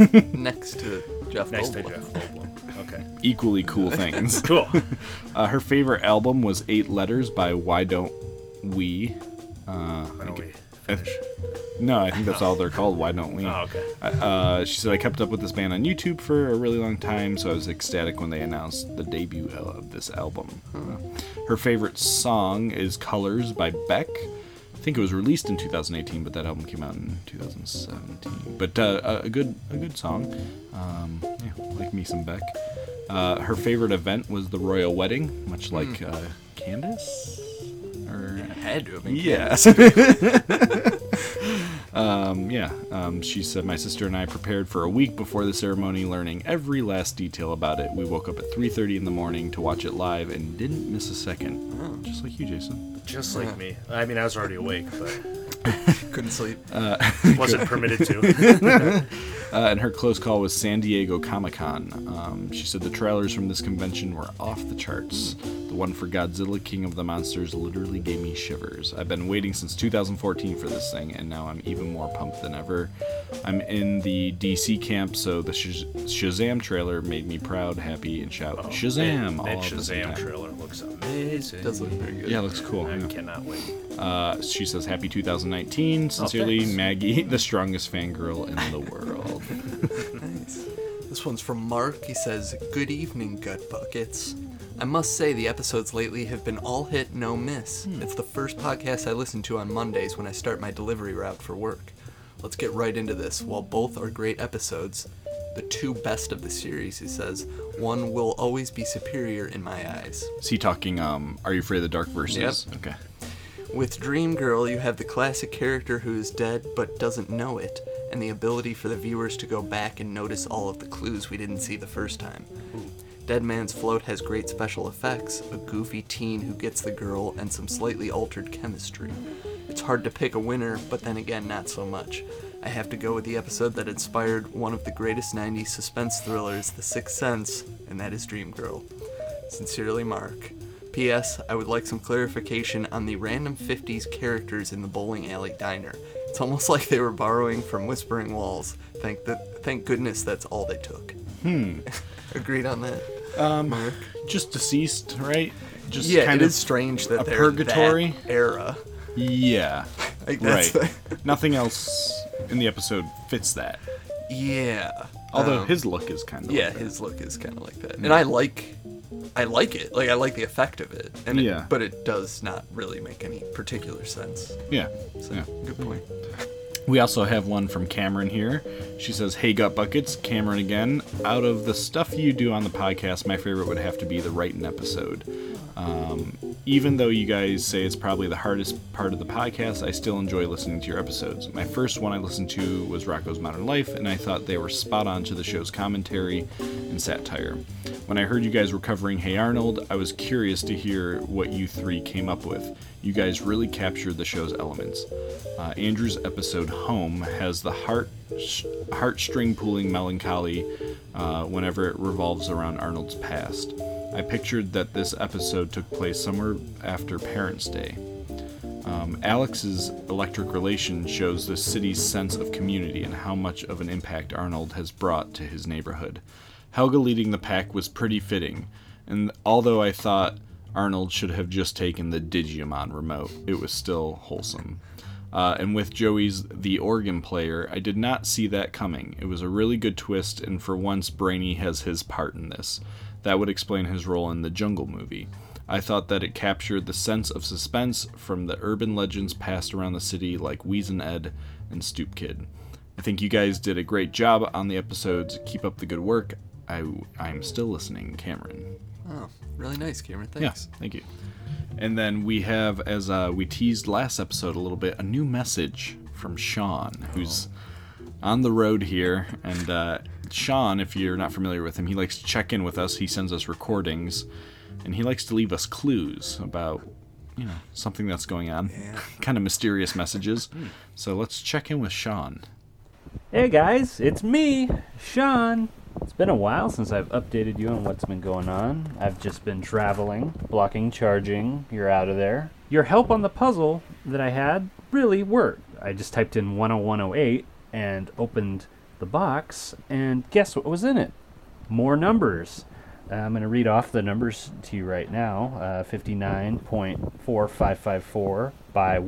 B: Oh,
C: Next to Jeff
D: Next to
C: Goldblum.
D: Jeff Goldblum. Okay.
B: Equally cool things.
D: Cool.
B: Uh, her favorite album was Eight Letters by Why Don't We.
D: Why don't we finish?
B: No, I think that's all they're called. Why Don't We?
D: Oh, okay.
B: Uh, she said, I kept up with this band on YouTube for a really long time, so I was ecstatic when they announced the debut of this album. Her favorite song is Colors by Beck. I think it was released in 2018, but that album came out in 2017. But uh, a- a good, a good song. Um, yeah, like me some Beck. Uh, her favorite event was the royal wedding, much like uh, Candace. Or
C: Had to have been
B: Yes. um, yeah. Um, she said, My sister and I prepared for a week before the ceremony, learning every last detail about it. We woke up at 3.30 in the morning to watch it live and didn't miss a second. Just like you, Jason.
D: Just like me. I mean, I was already awake, but
C: Couldn't sleep.
D: wasn't permitted to.
B: Uh, and her close call was San Diego Comic Con. Um, she said, The trailers from this convention were off the charts. The one for Godzilla King of the Monsters literally gave me shivers. I've been waiting since 2014 for this thing, and now I'm even more pumped than ever. I'm in the DC camp, so the Shaz- Shazam trailer made me proud, happy, and shout Shazam!
D: Oh, That
B: all at the same
D: Shazam
B: time.
D: trailer looks amazing.
C: does look very good.
B: Yeah, it looks cool.
D: I
B: yeah.
D: cannot wait.
B: Uh, she says, "Happy 2019, sincerely,
D: Oh, thanks.
B: Maggie, the strongest fangirl in the world."
C: Nice. This one's from Mark. He says, Good evening, gut buckets. I must say, the episodes lately have been all hit, no miss. It's the first podcast I listen to on Mondays when I start my delivery route for work. Let's get right into this. While both are great episodes, the two best of the series, he says, one will always be superior in my eyes.
B: Is he talking? Um, Are you afraid of the dark? Verses. Okay.
C: With Dream Girl, you have the classic character who is dead but doesn't know it, and the ability for the viewers to go back and notice all of the clues we didn't see the first time. Dead Man's Float has great special effects, a goofy teen who gets the girl, and some slightly altered chemistry. It's hard to pick a winner, but then again, not so much. I have to go with the episode that inspired one of the greatest 90s suspense thrillers, The Sixth Sense, and that is Dream Girl. Sincerely, Mark. P.S. I would like some clarification on the random 50s characters in the bowling alley diner. It's almost like they were borrowing from Whispering Walls. Thank the, thank goodness that's all they took. Hmm. Agreed on that.
B: Just deceased, right? Um, Just
C: Yeah,
B: kind
C: it
B: of
C: is strange that
B: a
C: they're
B: purgatory?
C: that era.
B: Yeah.
C: Like,
B: right.
C: that's
B: Nothing else in the episode fits that.
C: Yeah.
B: Although
C: Um,
B: his look is kind of
C: yeah,
B: like
C: his look is kind of like that, and I like, I like it. Like I like the effect of it, and it-
B: Yeah.
C: but it does not really make any particular sense.
B: that. yeah.
C: So,
B: yeah.
C: good point.
B: We also have one from Cameron here. She says, "Hey, gut buckets, Cameron again. Out of the stuff you do on the podcast, my favorite would have to be the writing episode. Um, even though you guys say it's probably the hardest part of the podcast, I still enjoy listening to your episodes. My first one I listened to was Rocco's Modern Life, and I thought they were spot on to the show's commentary and satire. When I heard you guys were covering Hey Arnold, I was curious to hear what you three came up with. You guys really captured the show's elements. Uh, Andrew's episode "Home" has the heart sh- heartstring pulling melancholy uh, whenever it revolves around Arnold's past. I pictured that this episode took place somewhere after Parents' Day. Um, Alex's electric relation shows the city's sense of community and how much of an impact Arnold has brought to his neighborhood. Helga leading the pack was pretty fitting, and although I thought Arnold should have just taken the Digimon remote, it was still wholesome. Uh, and with Joey's The Organ Player, I did not see that coming. It was a really good twist, and for once, Brainy has his part in this. That would explain his role in the Jungle movie. I thought that it captured the sense of suspense from the urban legends passed around the city, like Weezin' Ed and Stoop Kid. I think you guys did a great job on the episodes. Keep up the good work. I I'm still listening, Cameron.
C: Oh, really nice, Cameron. Thanks.
B: Yes, thank you. And then we have, as uh, we teased last episode a little bit, a new message from Sean, who's on the road here. And uh, Sean, if you're not familiar with him, he likes to check in with us. He sends us recordings, and he likes to leave us clues about, you know, something that's going on. kind of mysterious messages. so let's check in with Sean.
A: Hey guys, it's me, Sean. It's been a while since I've updated you on what's been going on. I've just been traveling, blocking, charging. You're out of there. Your help on the puzzle that I had really worked. I just typed in 10108 and opened the box, and guess what was in it? More numbers. Uh, I'm going to read off the numbers to you right now uh, 59.4554 by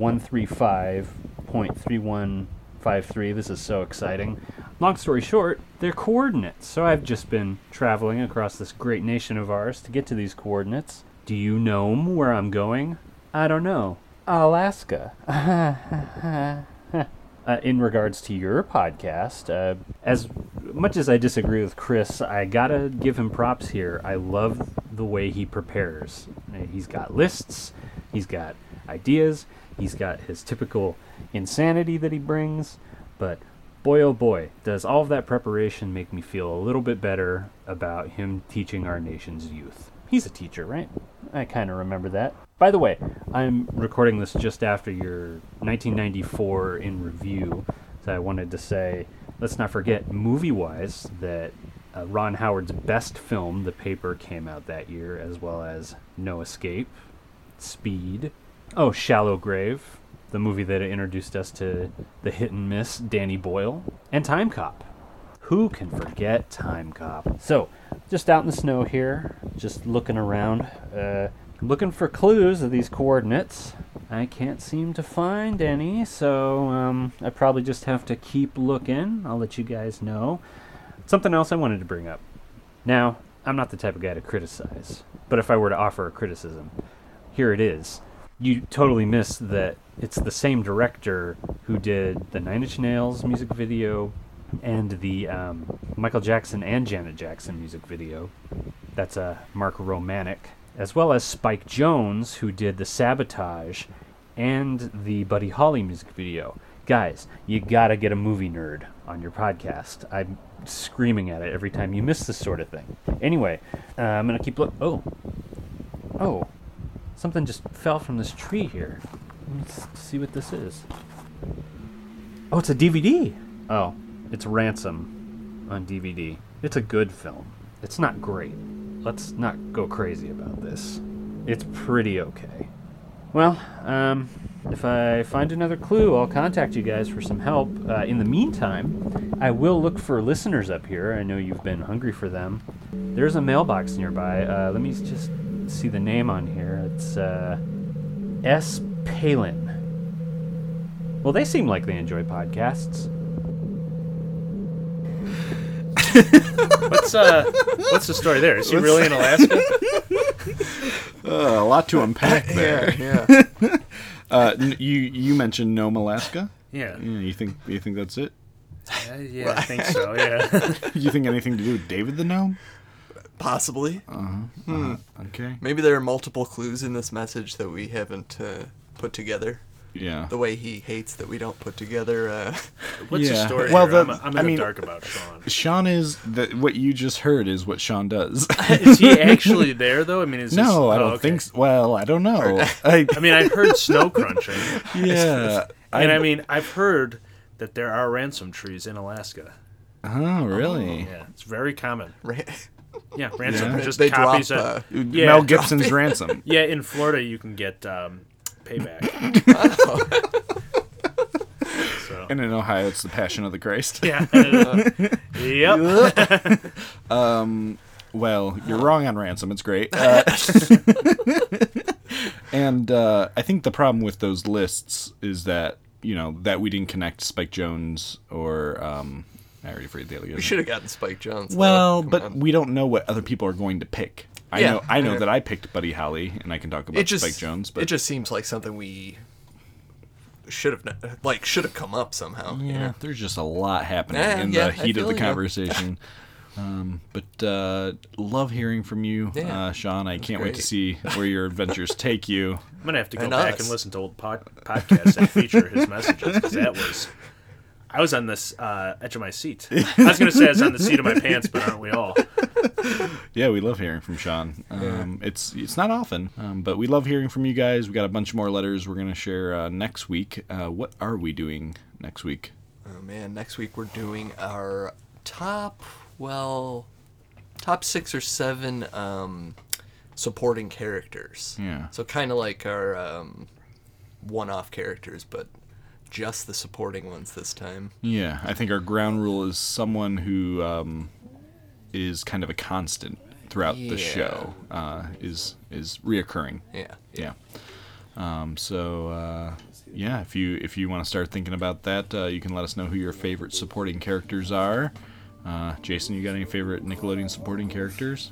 A: 135.3153. This is so exciting. Long story short, they're coordinates. So I've just been traveling across this great nation of ours to get to these coordinates. Do you know 'em where I'm going? I don't know. Alaska. uh, in regards to your podcast, uh, as much as I disagree with Chris, I gotta give him props here. I love the way he prepares. Uh, He's got lists, he's got ideas, he's got his typical insanity that he brings, but boy oh boy, does all of that preparation make me feel a little bit better about him teaching our nation's youth. He's a teacher, right? I kind of remember that. By the way, I'm recording this just after your 1994 in review, so I wanted to say let's not forget, movie wise, that uh, Ron Howard's best film, The Paper, came out that year, as well as No Escape, Speed, oh, Shallow Grave, the movie that introduced us to the hit and miss Danny Boyle, and Time Cop. Who can forget Time Cop? So, just out in the snow here, just looking around, uh, looking for clues of these coordinates. I can't seem to find any, so um, I probably just have to keep looking. I'll let you guys know. Something else I wanted to bring up. Now, I'm not the type of guy to criticize, but if I were to offer a criticism, here it is. You totally miss that it's the same director who did the Nine Inch Nails music video and the um, Michael Jackson and Janet Jackson music video. That's uh, Mark Romanek, as well as Spike Jones, who did the Sabotage and the Buddy Holly music video. Guys, you gotta get a movie nerd on your podcast. I'm screaming at it every time you miss this sort of thing. Anyway, uh, I'm gonna keep look. Oh, oh, something just fell from this tree here. Let's see what this is. Oh, it's a DVD. Oh, it's Ransom on DVD. It's a good film. It's not great. Let's not go crazy about this. It's pretty okay. Well, um, if I find another clue, I'll contact you guys for some help. Uh, in the meantime, I will look for listeners up here. I know you've been hungry for them. There's a mailbox nearby. Uh, let me just see the name on here. It's uh, S. Palin. Well, they seem like they enjoy podcasts.
D: What's uh, what's the story there? Is he really in Alaska?
B: Uh, a lot to unpack there.
C: Yeah, yeah.
B: Uh, n- you you mentioned Nome, Alaska.
D: Yeah,
B: Yeah, you think you think that's it?
D: Uh, yeah, I think so. Yeah,
B: You think anything to do with David the Gnome?
C: Possibly.
B: Okay.
C: Maybe there are multiple clues in this message that we haven't uh, put together.
B: Yeah.
C: The way he hates that we don't put together. Uh,
D: what's
B: Yeah.
D: the story?
B: Well,
D: Well,
B: the-
D: I'm, I'm in
B: I
D: the
B: mean-
D: dark about Sean.
B: Sean is the, what you just heard is what Sean does.
D: Is he actually there though? I mean, is this-
B: no, I
D: oh,
B: don't
D: okay.
B: think. So. Well, I don't know. I,
D: I mean, I've heard snow crunching,
B: yeah.
D: and I mean, I've heard that there are ransom trees in Alaska.
B: oh, really?
D: Yeah, it's very common.
C: right?
D: Yeah, ransom
B: Yeah.
D: just
C: They
D: copies
C: drop, uh,
D: of- Yeah.
B: Mel Gibson's ransom.
D: Yeah, in Florida you can get um, payback. so
B: And in Ohio, it's the Passion of the Christ.
D: yeah, yep.
B: Well, you're wrong on ransom. It's great. Uh, and uh, I think the problem with those lists is that you know that we didn't connect Spike Jones or um, I already forget the other guy.
C: We should have gotten Spike Jones. though.
B: Well,
C: Come
B: but
C: on.
B: we don't know what other people are going to pick. I
C: Yeah,
B: know I know
C: yeah.
B: that I picked Buddy Holly, and I can talk about
C: it just
B: Spike Jones, but
C: it just seems like something we should have like should have come up somehow. you
B: yeah,
C: know?
B: there's just a lot happening
C: Yeah,
B: in
C: yeah, I
B: the heat of
C: feel
B: the
C: you.
B: conversation. um, but uh, love hearing from you,
C: Yeah.
B: uh, Sean. I can't wait to
C: great.
B: see where your adventures take you.
D: I'm gonna have to go
C: And
D: back
C: us.
D: and listen to old pod- podcasts and feature his messages because that was. I was on this uh, edge of my seat. I was gonna say I was on the seat of my pants, but aren't we all?
B: Yeah, we love hearing from Sean. Um, It's it's not often, um, but we love hearing from you guys. We got a bunch more letters we're gonna share uh, next week. Uh, what are we doing next week?
C: Oh man, next week we're doing our top well top 6 or 7 um supporting characters.
B: Yeah.
C: So kind of like our um one-off characters but just the supporting ones this time.
B: Yeah, I think our ground rule is someone who um, is kind of a constant throughout
C: Yeah.
B: the show. Uh, is is reoccurring.
C: Yeah.
B: Yeah. Um, so uh, yeah, if you if you want to start thinking about that, uh, you can let us know who your favorite supporting characters are. Uh, Jason, you got any favorite Nickelodeon supporting characters?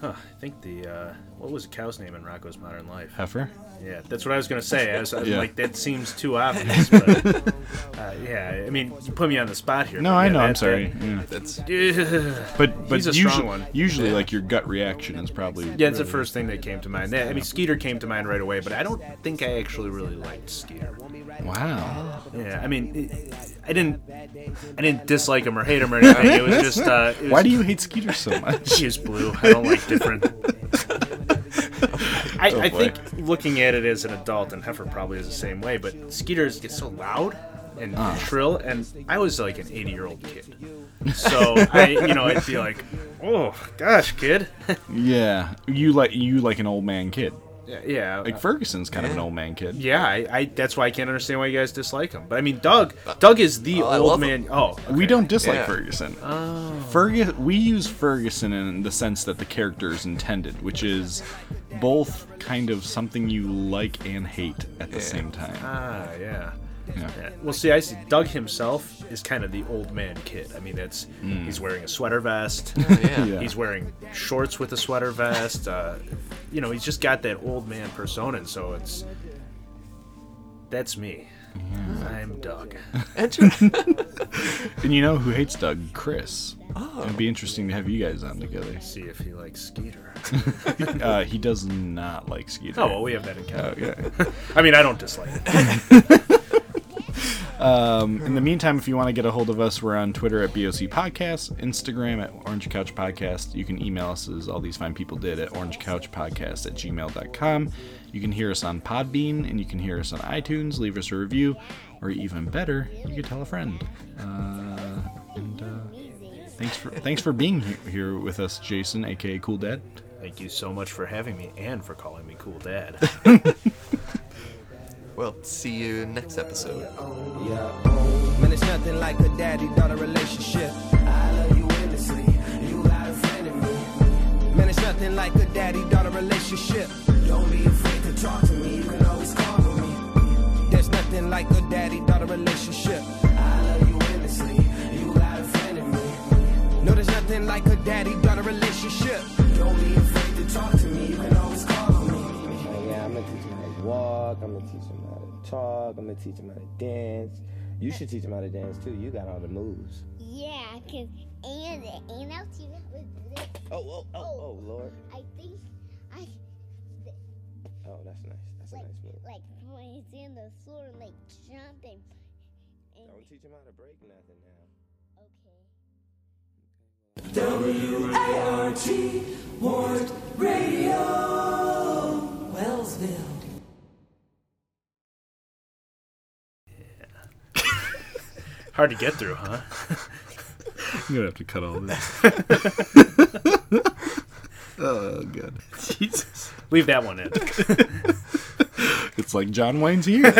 D: Huh, I think the uh, what was the cow's name in Rocco's Modern Life?
B: Heifer.
D: Yeah, that's what I was gonna say. I was, I was
B: Yeah.
D: like, that seems too obvious. But, uh, yeah, I mean, you put me on the spot here.
B: No,
D: but
B: I
D: yeah,
B: know. I'm
D: that-
B: sorry. Yeah.
C: That's
D: that-
B: But but
D: He's a strong
B: usually
D: one.
B: usually like your gut reaction is probably
D: yeah, it's the first thing that came to mind. That- I mean, Skeeter came to mind right away, but I don't think I actually really liked Skeeter.
B: Wow.
D: Yeah, I mean, I didn't, I didn't dislike him or hate him or anything. It was just. Uh, it was,
B: Why do you hate Skeeter so much?
D: She is blue. I don't like different. I, I
B: Oh, boy.
D: think looking at it as an adult, and Heifer probably is the same way, but Skeeters get so loud and
B: Ah.
D: shrill, and I was like an 80 year old kid. So, I, you know, I'd be like, oh, gosh, kid.
B: Yeah, you like you like an old man kid.
D: yeah.
B: Like Ferguson's kind of an old man kid.
D: yeah, I, I, that's why I can't understand why you guys dislike him. But I mean, Doug, Doug is the
C: Oh, I
D: old
C: love
D: man.
C: him.
D: Oh, okay.
B: We don't dislike
C: Yeah.
B: Ferguson. Oh. Fergus, we use Ferguson in the sense that the character is intended, which is both kind of something you like and hate at the same time.
D: Ah, yeah.
B: Yeah.
D: Yeah. Well, see, I see. Doug himself is kind of the old man kid. I mean, that's he's wearing a sweater vest.
C: yeah.
B: Yeah.
D: He's wearing shorts with a sweater vest. Uh, you know, he's just got that old man persona, and so it's that's me. I'm Doug.
B: And you know who hates Doug? Chris. Oh. It'd be interesting to have you guys on together.
D: See if he likes Skeeter.
B: Uh, he does not like Skeeter.
D: Oh well, we have that in common.
B: Okay.
D: I mean, I don't dislike it.
B: In the meantime, if you want to get a hold of us, we're on Twitter at BOC Podcast, Instagram at Orange Couch Podcast. You can email us, as all these fine people did, at orangecouchpodcast at gmail.com. You can hear us on Podbean, and you can hear us on iTunes. Leave us a review, or even better, you can tell a friend. Uh, and uh, thanks for thanks for being he- here with us, Jason, aka Cool Dad.
D: Thank you so much for having me and for calling me cool dad.
C: Well, see you next episode.
E: Man, it's nothing like a daddy daughter relationship. I love you endlessly. You got a friend in me. Man, it's nothing like a daddy daughter relationship. Don't be afraid to talk to me. You can always call on me. There's nothing like a daddy daughter relationship. I love you endlessly. You got a friend in me. No, there's nothing like a daddy daughter relationship. Don't be afraid to talk to me. You can always call on me.
F: Yeah, I'm gonna teach him how to walk. I'm gonna teach him how to talk. I'm gonna teach him how to dance. You should teach him how to dance too. You got all the moves.
G: Yeah, cause and and I'll see that with this.
F: Oh, oh, oh, oh, Lord.
G: I think I
F: Oh, that's nice. That's a
G: like
F: nice move.
G: like when he's in the floor like jumping. And,
F: Don't teach him how to break nothing now.
G: okay.
H: W-A-R-T, Ward Radio, Wellsville.
D: Hard to get through, huh?
B: I'm gonna have to cut all this. oh, good.
D: Jesus. Leave that one in.
B: It's like John Wayne's here.